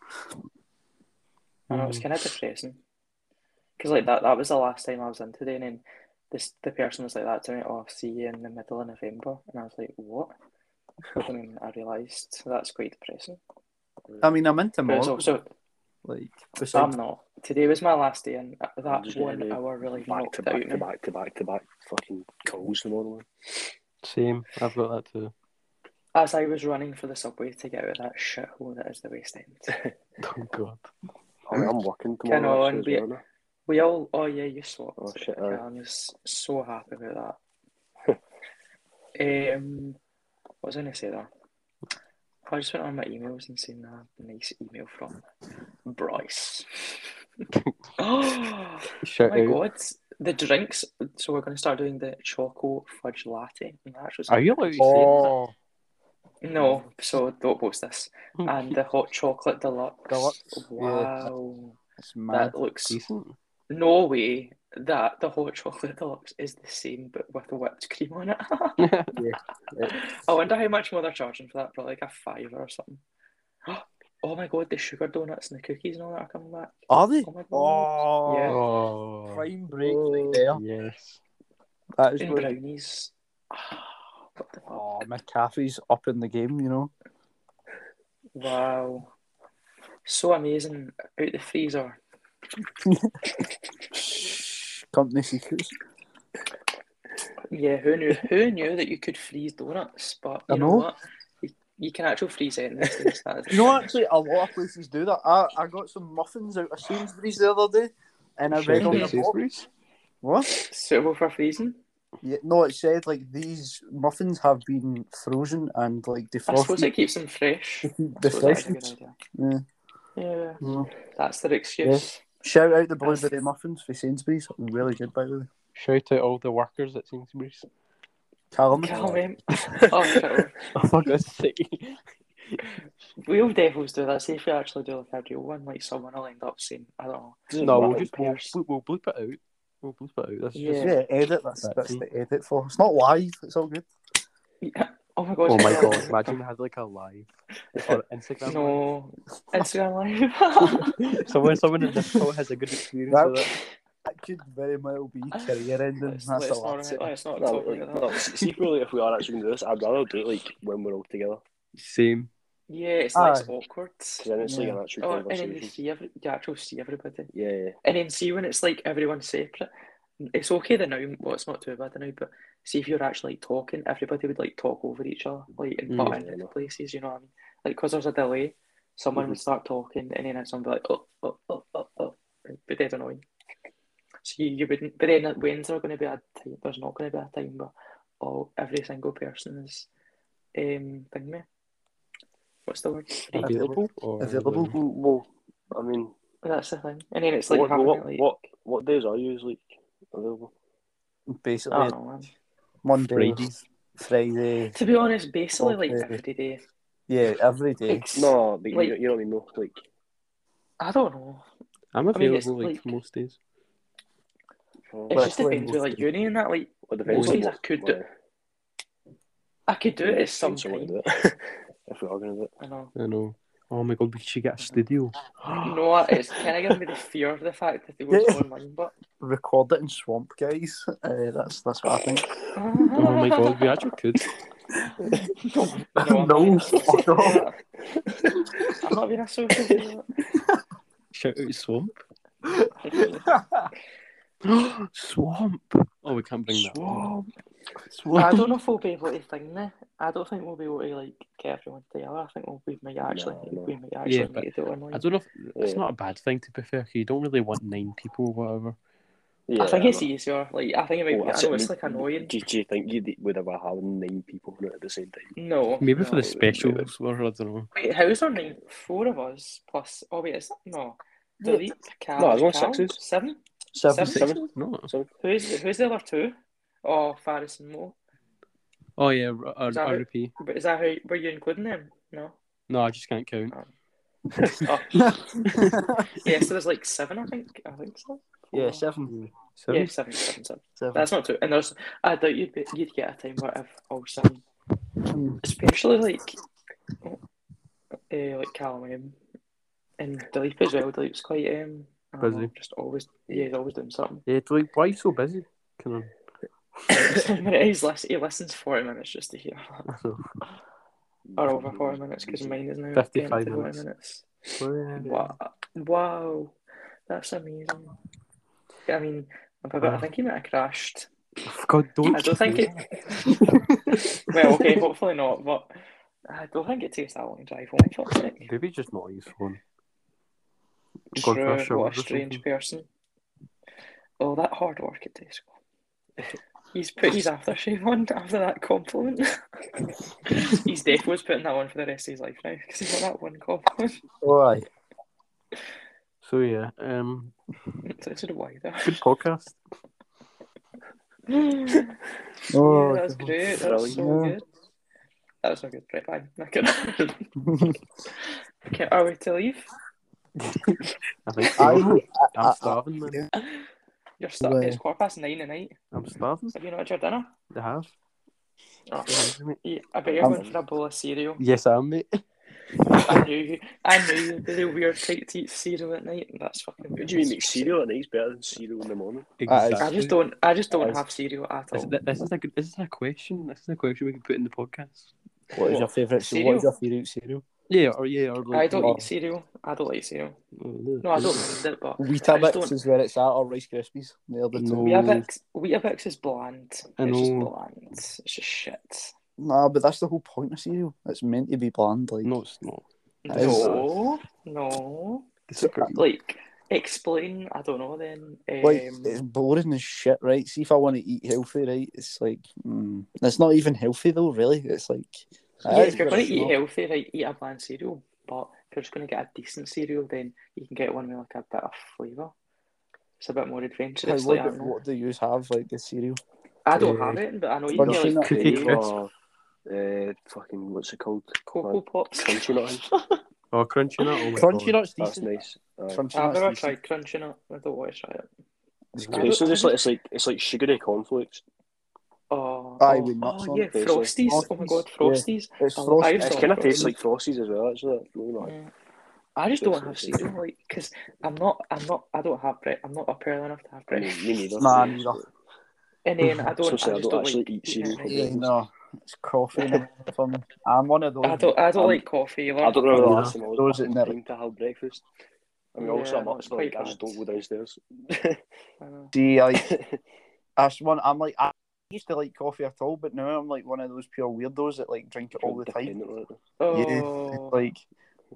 Speaker 5: I
Speaker 4: mm.
Speaker 5: know it's kind of depressing. Because like that, that was the last time I was in today, and then this the person was like that to me. Oh, see you in the middle of November, and I was like, what? And then I realised that's quite depressing.
Speaker 1: I mean, I'm into
Speaker 5: But it's
Speaker 1: more.
Speaker 5: also
Speaker 1: Like,
Speaker 5: I'm
Speaker 1: besides,
Speaker 5: not. Today was my last day, and
Speaker 4: I'm
Speaker 5: that
Speaker 4: just
Speaker 5: one
Speaker 4: getting
Speaker 5: hour really
Speaker 4: Back
Speaker 5: knocked
Speaker 4: to
Speaker 5: out
Speaker 4: back to
Speaker 5: me.
Speaker 4: back to back to back fucking calls tomorrow. man.
Speaker 2: Same. I've got that too.
Speaker 5: As I was running for the subway to get out of that shithole that is the West End.
Speaker 2: Oh God.
Speaker 4: I mean, I'm working tomorrow.
Speaker 5: Can I
Speaker 4: actually,
Speaker 5: be-
Speaker 4: as well, innit?
Speaker 5: We all, oh yeah, you swapped.
Speaker 4: Oh, shit,
Speaker 5: Okay,
Speaker 4: aye.
Speaker 5: I'm just so happy about that. um, what was I going to say there? I just went on my emails and seen a nice email from Bryce. oh
Speaker 2: Shout
Speaker 5: my
Speaker 2: out.
Speaker 5: god, the drinks. So we're going to start doing the choco fudge latte. And that actually
Speaker 2: Are you allowed to
Speaker 1: Oh.
Speaker 5: No, so don't post this.
Speaker 2: say that?
Speaker 5: And the hot chocolate deluxe.
Speaker 1: Deluxe, yeah.
Speaker 5: Wow.
Speaker 1: it's mad.
Speaker 5: that looks
Speaker 2: Decent.
Speaker 5: no way that the hot chocolate deluxe is the same but with whipped cream on it. I wonder how much more they're charging for that, probably like a fiver or something. Oh my god, the sugar donuts and the cookies and all that are coming back.
Speaker 1: Are they?
Speaker 5: Oh my god.
Speaker 1: Oh,
Speaker 5: Yeah.
Speaker 2: Oh.
Speaker 1: prime break right there.
Speaker 2: Yes.
Speaker 1: That is
Speaker 5: And
Speaker 1: what,
Speaker 5: brownies. Ah, what the fuck?
Speaker 1: oh, McAfee's up in the game, you know.
Speaker 5: Wow. So amazing. Out the freezer.
Speaker 1: Shh, Company secrets.
Speaker 5: Yeah, who knew who knew that you could freeze donuts? But you
Speaker 1: I
Speaker 5: know,
Speaker 1: know.
Speaker 5: what? You, you can actually freeze it in this case. That is-
Speaker 1: You know, actually, a lot of places do that. I, I got some muffins out of Sainsbury's the other day, and I read on the box. What?
Speaker 5: suitable for freezing.
Speaker 1: Yeah, no, it said like these muffins have been frozen and like
Speaker 5: I suppose
Speaker 1: defrosted.
Speaker 5: it keeps them fresh. I suppose that is a good
Speaker 1: defrosted.
Speaker 5: idea.
Speaker 1: Yeah.
Speaker 5: Yeah,
Speaker 1: Mm.
Speaker 5: that's their excuse.
Speaker 2: Yes.
Speaker 1: Shout out the blueberry muffins for Sainsbury's. Really good, by the way.
Speaker 2: Shout out all the workers at Sainsbury's.
Speaker 1: Callum.
Speaker 5: Calm in. Oh, shit.
Speaker 2: Oh, for God's sake.
Speaker 5: Real devils do that. See if we actually do like a real one, like someone will end up saying, I don't know.
Speaker 2: No, we'll
Speaker 5: Muppet
Speaker 2: just we'll,
Speaker 5: Pierce.
Speaker 2: bleep- we'll bleep it out. We'll bleep it out. That's
Speaker 5: Yeah.
Speaker 2: just
Speaker 1: Yeah, edit. That's
Speaker 2: That's
Speaker 1: that's
Speaker 2: it.
Speaker 1: the edit for. It's not live. It's all good.
Speaker 5: Yeah. Oh my god.
Speaker 2: Oh my god! Imagine they had like a live or Instagram.
Speaker 5: No. Instagram live.
Speaker 2: live. Someone, someone in this call has a good experience
Speaker 1: That-
Speaker 2: with it.
Speaker 1: That could very well be career ending.
Speaker 5: let's,
Speaker 1: that's the
Speaker 5: let's not,
Speaker 1: last.
Speaker 5: remember- let's not
Speaker 4: No,
Speaker 5: talk
Speaker 4: like,
Speaker 5: about
Speaker 4: no,
Speaker 5: that.
Speaker 4: see, if really, if we are actually going to do this, I'd rather do it like when we're all together.
Speaker 2: Same.
Speaker 5: Yeah, it's like
Speaker 1: Aye.
Speaker 5: awkward.
Speaker 4: Because then it's like
Speaker 1: Yeah.
Speaker 4: an actual
Speaker 5: Oh, and then you
Speaker 4: conversation.
Speaker 5: see every, you actually see everybody.
Speaker 4: Yeah, yeah.
Speaker 5: And then see when it's like everyone's separate. It's okay the now. Well, it's not too bad the now, but see if you're actually like, talking, everybody would like talk over each other, like in
Speaker 2: Mm.
Speaker 5: butt
Speaker 4: Yeah, I
Speaker 5: into
Speaker 4: know.
Speaker 5: places. You know what I mean? Like, cause there's a delay, someone
Speaker 4: Mm-hmm.
Speaker 5: would start talking, and then someone would be like, oh, oh, oh, oh, oh, but they don't know. So you, you wouldn't. But then when's there going to be a time? There's not going to be a time where all every single person is, um, thing me. What's the word? Free.
Speaker 2: Available or
Speaker 1: Available.
Speaker 4: Well, well, I mean,
Speaker 5: That's the thing. And then it's like
Speaker 4: what,
Speaker 5: having
Speaker 4: what,
Speaker 5: it, like,
Speaker 4: what, what days are you like available?
Speaker 1: Basically,
Speaker 5: I don't know. Man.
Speaker 1: Monday,
Speaker 2: Fridays.
Speaker 1: Friday.
Speaker 5: To be honest, basically like
Speaker 1: Okay.
Speaker 5: every day.
Speaker 1: Yeah, every day.
Speaker 5: Like,
Speaker 4: No, but you,
Speaker 5: Like-
Speaker 4: you know what I mean. No, like
Speaker 5: I don't know.
Speaker 2: I'm
Speaker 5: I mean, it's
Speaker 2: available like,
Speaker 5: like-
Speaker 2: most days.
Speaker 5: It
Speaker 1: Well,
Speaker 5: just
Speaker 1: it's
Speaker 5: depends with like uni and that. Like,
Speaker 4: Well, it depends on
Speaker 5: Most days
Speaker 4: what-
Speaker 5: I could
Speaker 4: what-
Speaker 5: do- I could do it at
Speaker 4: depends
Speaker 5: some
Speaker 4: on what we
Speaker 5: point.
Speaker 4: do it. if we are going to do it.
Speaker 5: I know.
Speaker 2: I know. Oh my god! We should get a studio.
Speaker 5: No, I- it's kind of giving me the fear of the fact that they go
Speaker 1: Yeah.
Speaker 5: online, but
Speaker 1: Record it in swamp, guys. Uh, that's that's what I think.
Speaker 2: Oh my god! We actually could.
Speaker 5: no,
Speaker 1: No,
Speaker 5: I'm not, being a
Speaker 1: fuck off.
Speaker 5: sociopath. I'm not being a social.
Speaker 2: Shout out Swamp. Swamp. Oh, we can't bring that. Swamp.
Speaker 5: I
Speaker 2: Swamp.
Speaker 5: don't know if we'll be able to thing there. I don't think we'll be able to like get everyone together. I think we'll, we might actually
Speaker 4: no.
Speaker 5: we might actually
Speaker 2: but
Speaker 5: need to do it online.
Speaker 2: I don't know. If, It's
Speaker 4: Yeah.
Speaker 2: not a bad thing to be fair. 'cause you don't really want nine people, or whatever.
Speaker 4: Yeah,
Speaker 5: I think
Speaker 4: I
Speaker 5: it's
Speaker 4: know.
Speaker 5: easier. Like I think it might.
Speaker 4: Well,
Speaker 5: be, I
Speaker 4: that's it,
Speaker 5: know it's
Speaker 4: I mean,
Speaker 5: like annoying.
Speaker 4: Do, do you think you would ever have nine people in it at the same time?
Speaker 5: No.
Speaker 2: Maybe for
Speaker 5: no,
Speaker 2: the
Speaker 5: it wouldn't be-
Speaker 2: specials, or I don't know.
Speaker 5: Wait, how's our nine? Four of us plus. Oh wait, is that no?
Speaker 1: Yeah.
Speaker 5: Delete Cal.
Speaker 4: No, it's only
Speaker 5: Cal?
Speaker 4: sixes.
Speaker 5: Seven.
Speaker 1: Seven.
Speaker 5: Seven.
Speaker 4: Seven.
Speaker 2: No.
Speaker 4: Seven.
Speaker 5: Who's who's the other two? Oh, Faris and Mo.
Speaker 2: Oh yeah, R- R-
Speaker 5: Is that it?
Speaker 2: RP.
Speaker 5: But is that how were you including them? No.
Speaker 2: No, I just can't count.
Speaker 5: Oh, yeah, so there's like seven, I think. I think so.
Speaker 1: yeah,
Speaker 5: Four.
Speaker 1: seven.
Speaker 2: Seven.
Speaker 5: Yeah, seven, seven, seven.
Speaker 1: Seven.
Speaker 5: That's not true. And there's, I doubt you'd be, you'd get a time where if all seven,
Speaker 1: Mm.
Speaker 5: especially like, uh, like Callum um, and Dilip as well. Dilip's quite um, I don't
Speaker 2: Busy.
Speaker 5: know, just always, yeah, he's always doing something.
Speaker 2: Yeah, it's like why are you so busy? Can I?
Speaker 5: he's listen, he listens forty minutes just to hear, that.
Speaker 2: I don't
Speaker 5: or over forty minutes because mine is now
Speaker 2: 55
Speaker 5: getting to 40
Speaker 2: minutes. know.
Speaker 5: Wow. wow, that's amazing. I mean, I'm a bit- I
Speaker 2: Wow.
Speaker 5: think he might have crashed.
Speaker 2: Oh, God, don't.
Speaker 5: I don't think it. well, okay, hopefully not, but I don't think it takes that long to drive home. For sake.
Speaker 2: Maybe just not use phone. Gone for a
Speaker 5: True,
Speaker 2: shower or
Speaker 5: what a strange
Speaker 2: something.
Speaker 5: person. Oh, that hard work at Tesco. He's put his aftershave on after that compliment. He's definitely was putting that on for the rest of his life now because he got that one compliment.
Speaker 1: Why?
Speaker 2: So yeah, um,
Speaker 5: So it's a wider.
Speaker 2: good podcast.
Speaker 5: Yeah,
Speaker 1: Oh,
Speaker 5: that was great. That was so
Speaker 1: Brilliant.
Speaker 5: good. That was so good. Right, bye. Not good. okay, are we to leave?
Speaker 2: I think so.
Speaker 1: I,
Speaker 2: I,
Speaker 1: I-
Speaker 2: am starving, man.
Speaker 5: You're stuck.
Speaker 1: Right.
Speaker 5: It's quarter past nine at night.
Speaker 2: I'm starving.
Speaker 5: Have you not had your dinner?
Speaker 2: I have.
Speaker 5: Oh,
Speaker 2: You're hungry, mate?
Speaker 5: yeah, I bet you're
Speaker 1: I'm-
Speaker 5: going for a bowl of cereal.
Speaker 2: Yes, I am, mate.
Speaker 5: I knew you. I knew you'd be the weird type to eat cereal at night. That's fucking
Speaker 4: What
Speaker 5: weird.
Speaker 4: do you mean, it's cereal at night's better than cereal in the morning?
Speaker 1: is-
Speaker 5: I just don't. I just don't
Speaker 1: Guys.
Speaker 5: have cereal at
Speaker 2: This,
Speaker 5: all.
Speaker 2: th- this is a good, this is a question. This is a question we can put in the podcast.
Speaker 1: what is your favourite cereal? What is your favourite cereal?
Speaker 2: Yeah, or yeah, or like,
Speaker 5: I don't
Speaker 1: Oh.
Speaker 5: eat cereal. I don't like cereal.
Speaker 2: Oh,
Speaker 5: No, I don't mind it, but
Speaker 1: Weetabix
Speaker 5: don't-
Speaker 1: is where it's at, or Rice Krispies. They're the
Speaker 2: No.
Speaker 1: two.
Speaker 5: Weetabix, Weetabix is bland.
Speaker 2: I
Speaker 5: It's just
Speaker 2: know.
Speaker 5: bland. It's just shit.
Speaker 1: Nah, but that's the whole point of cereal. It's meant to be bland. Like,
Speaker 2: No, it's not.
Speaker 1: That is
Speaker 5: No, no.
Speaker 2: Disagree.
Speaker 5: Like, explain. I don't know. Then, um,
Speaker 1: like it's boring as shit, right? See if I want to eat healthy, right? It's like, mm, it's not even healthy though, really. It's like,
Speaker 5: yeah,
Speaker 1: it is
Speaker 5: if you're
Speaker 1: what
Speaker 5: going
Speaker 1: it's
Speaker 5: to eat
Speaker 1: not.
Speaker 5: healthy, right, eat a bland cereal. But if you're just going to get a decent cereal, then you can get one with like a bit of flavour. It's a bit more
Speaker 1: Like,
Speaker 5: adventurous.
Speaker 1: what,
Speaker 5: Like, I, don't
Speaker 1: do-
Speaker 5: know. Oh
Speaker 1: what do you have like the cereal?
Speaker 5: I don't
Speaker 2: Uh,
Speaker 4: Øh,
Speaker 5: have it, but I know you
Speaker 1: Crunchy
Speaker 5: get like
Speaker 1: Nut
Speaker 2: Cookie
Speaker 5: cookie,
Speaker 2: Crisp.
Speaker 4: Oh, uh, fucking, what's it called?
Speaker 5: cocoa pops.
Speaker 4: Crunchy Nut.
Speaker 2: Oh, crunchy nut. Oh my
Speaker 1: Crunchy
Speaker 2: God.
Speaker 1: nuts,
Speaker 4: That's
Speaker 1: decent.
Speaker 4: nice. Aye.
Speaker 1: Crunchy
Speaker 5: uh, I've
Speaker 1: nuts,
Speaker 5: never
Speaker 1: decent.
Speaker 5: tried crunching it. I don't want to try it.
Speaker 1: It's
Speaker 5: I
Speaker 1: good.
Speaker 4: It's
Speaker 5: don't-
Speaker 4: just like it's like it's like sugary cornflakes.
Speaker 5: Oh,
Speaker 1: Aye,
Speaker 5: oh,
Speaker 1: with nuts
Speaker 5: oh,
Speaker 1: on
Speaker 5: yeah,
Speaker 1: it,
Speaker 4: basically.
Speaker 5: Frosties. Oh my
Speaker 1: Frosties,
Speaker 5: god,
Speaker 1: yeah.
Speaker 5: Frosties.
Speaker 1: It's
Speaker 5: Oh,
Speaker 1: frosty.
Speaker 5: I've
Speaker 4: It
Speaker 5: It's
Speaker 4: kind of
Speaker 5: all
Speaker 4: tastes
Speaker 5: good.
Speaker 4: like frosties as well. Actually, no, no.
Speaker 5: Yeah. I just
Speaker 4: Yes,
Speaker 5: don't er have
Speaker 4: yes, yes.
Speaker 5: cereal, like, because I'm not, I'm not, I don't have bread. I'm not up early enough to have
Speaker 4: I mean,
Speaker 5: bread.
Speaker 4: Mm, me neither.
Speaker 1: Nah,
Speaker 4: Yeah.
Speaker 1: neither.
Speaker 5: And then
Speaker 4: So
Speaker 5: I don't,
Speaker 4: sorry,
Speaker 5: I
Speaker 4: I don't,
Speaker 5: just don't
Speaker 4: actually
Speaker 5: like.
Speaker 4: eat cereal.
Speaker 5: yeah.
Speaker 4: for
Speaker 1: Yeah,
Speaker 4: breakfast.
Speaker 1: no, it's coffee and everything for me. I'm one of those.
Speaker 5: I don't, I don't
Speaker 4: Um,
Speaker 5: like coffee. Either.
Speaker 4: I don't remember the
Speaker 2: Yeah.
Speaker 4: last time I was
Speaker 1: Those
Speaker 4: back
Speaker 1: that
Speaker 4: in
Speaker 1: never-
Speaker 4: time to have breakfast. I mean,
Speaker 5: Yeah,
Speaker 4: also I'm
Speaker 5: no,
Speaker 4: up,
Speaker 5: it's
Speaker 4: so like,
Speaker 5: quite
Speaker 4: I just
Speaker 5: bad.
Speaker 4: don't go downstairs.
Speaker 5: I know.
Speaker 1: See, like, that's one. I'm like, I used to like coffee at all, but now I'm like one of those pure weirdos that like drink it all the time.
Speaker 4: Dependent on it.
Speaker 5: Oh,
Speaker 1: Like,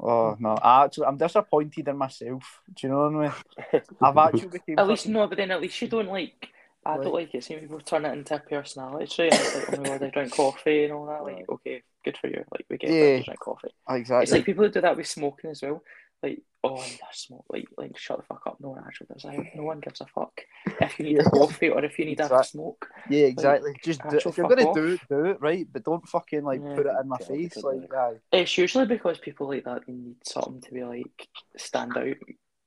Speaker 1: oh no, I actually, I'm disappointed in myself. Do you know what I mean? I've actually became.
Speaker 5: at least no, but then at least you don't like. I don't like it. Some people turn it into a personality trait. and It's like, oh my god, I drink coffee and all that. Like, okay, good for you. Like, we get
Speaker 1: Yeah.
Speaker 5: that you drink coffee. It's
Speaker 1: exactly.
Speaker 5: like people who do that with smoking as well. Like, oh, I smoke. Like, like, shut the fuck up. No one actually does. Like, no one gives a fuck if you need a coffee or if you need
Speaker 1: Exact-
Speaker 5: a smoke.
Speaker 1: yeah, exactly. Just do,
Speaker 5: actual
Speaker 1: if you're
Speaker 5: fuck
Speaker 1: gonna
Speaker 5: off.
Speaker 1: do it, do it right, but don't fucking like
Speaker 5: Yeah.
Speaker 1: put it in my
Speaker 4: Yeah,
Speaker 1: face.
Speaker 4: because,
Speaker 1: Like, aye.
Speaker 5: It's usually because people like that they need something to be like stand out.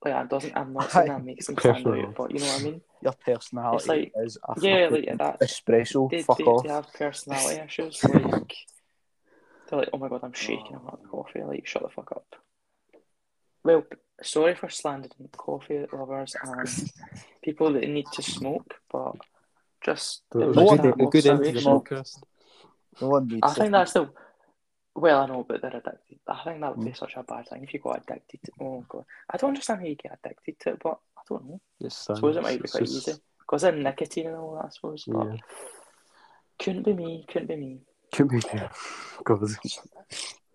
Speaker 5: Like, I doesn't. I'm not saying that makes them stand
Speaker 2: Personal.
Speaker 5: out, but you know what I mean.
Speaker 1: your personality
Speaker 5: It's like-
Speaker 1: is a
Speaker 5: Yeah,
Speaker 1: fucking
Speaker 5: like that.
Speaker 1: espresso.
Speaker 5: They,
Speaker 1: fuck
Speaker 5: they,
Speaker 1: off.
Speaker 5: they have personality issues. Like, they're like, oh my god, I'm shaking. I'm having
Speaker 1: Oh.
Speaker 5: coffee. Like, shut the fuck up. Well, p- sorry for slandering coffee lovers and people that need to smoke, but just it was
Speaker 1: No
Speaker 5: just
Speaker 1: one-
Speaker 5: that
Speaker 1: a good end to the
Speaker 5: observation.
Speaker 2: podcast.
Speaker 1: No one needs.
Speaker 5: I think
Speaker 1: it.
Speaker 5: that's the. Well, I know, but they're addicted. I think that would be such a bad thing if you got addicted. To, oh god, I don't understand how you get addicted to it, but I don't know.
Speaker 2: It's
Speaker 5: I
Speaker 2: sad.
Speaker 5: suppose it might be
Speaker 2: It's
Speaker 5: quite
Speaker 2: just-
Speaker 5: easy because of nicotine and all that. I suppose, but
Speaker 2: Yeah.
Speaker 5: couldn't be me. Couldn't be me.
Speaker 2: Can be yeah. God.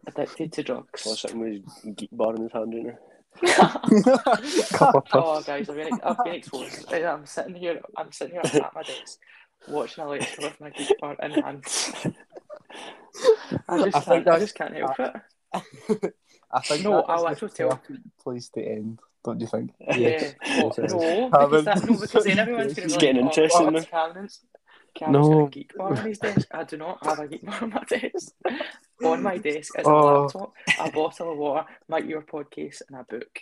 Speaker 5: Addicted to drugs.
Speaker 4: So I'm sitting with geek bar in his hand right now.
Speaker 2: Cup of
Speaker 5: Oh,
Speaker 2: puffs.
Speaker 5: guys, I've been, I've been exposed. I- I'm sitting here. I'm sitting here at my desk, watching a lecture with my guitar in hand. I just,
Speaker 1: I think
Speaker 5: can't, I
Speaker 1: that's-
Speaker 5: just can't help it.
Speaker 1: I think
Speaker 5: No,
Speaker 1: that is
Speaker 5: I'll
Speaker 1: the
Speaker 5: actually tell-
Speaker 1: perfect place to end. don't you think?
Speaker 2: Yes.
Speaker 5: Yeah. Oh,
Speaker 2: Yes.
Speaker 5: no,
Speaker 1: Haven't.
Speaker 5: because that, no, because then everyone's going to be
Speaker 4: It's
Speaker 5: like,
Speaker 4: getting
Speaker 5: oh,
Speaker 4: interesting
Speaker 5: oh,
Speaker 4: now.
Speaker 5: it's Camden's. Camden's
Speaker 2: No.
Speaker 5: got a geek bar on his desk. I do not have a geek bar on my desk. on my desk is
Speaker 1: Oh.
Speaker 5: a laptop, a bottle of water, my earpod case, and a book.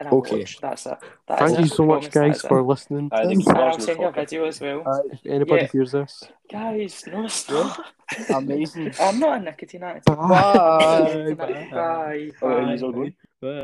Speaker 5: And I
Speaker 2: Okay.
Speaker 5: watch. That's it. That is
Speaker 2: Thank you
Speaker 5: it.
Speaker 2: so much,
Speaker 5: Promise, that
Speaker 2: guys,
Speaker 5: is it.
Speaker 2: for listening.
Speaker 4: I think
Speaker 5: And I'll
Speaker 4: Glasnow's
Speaker 5: send you a
Speaker 4: fucking-
Speaker 5: video as well.
Speaker 1: Uh,
Speaker 2: If anybody
Speaker 5: Yeah.
Speaker 2: hears this,
Speaker 5: Guys, no, stop.
Speaker 1: amazing.
Speaker 5: I'm not a nicotine addict.
Speaker 1: Bye.
Speaker 5: Bye. Bye.
Speaker 4: Oh, yeah, he's all good.
Speaker 2: Bye.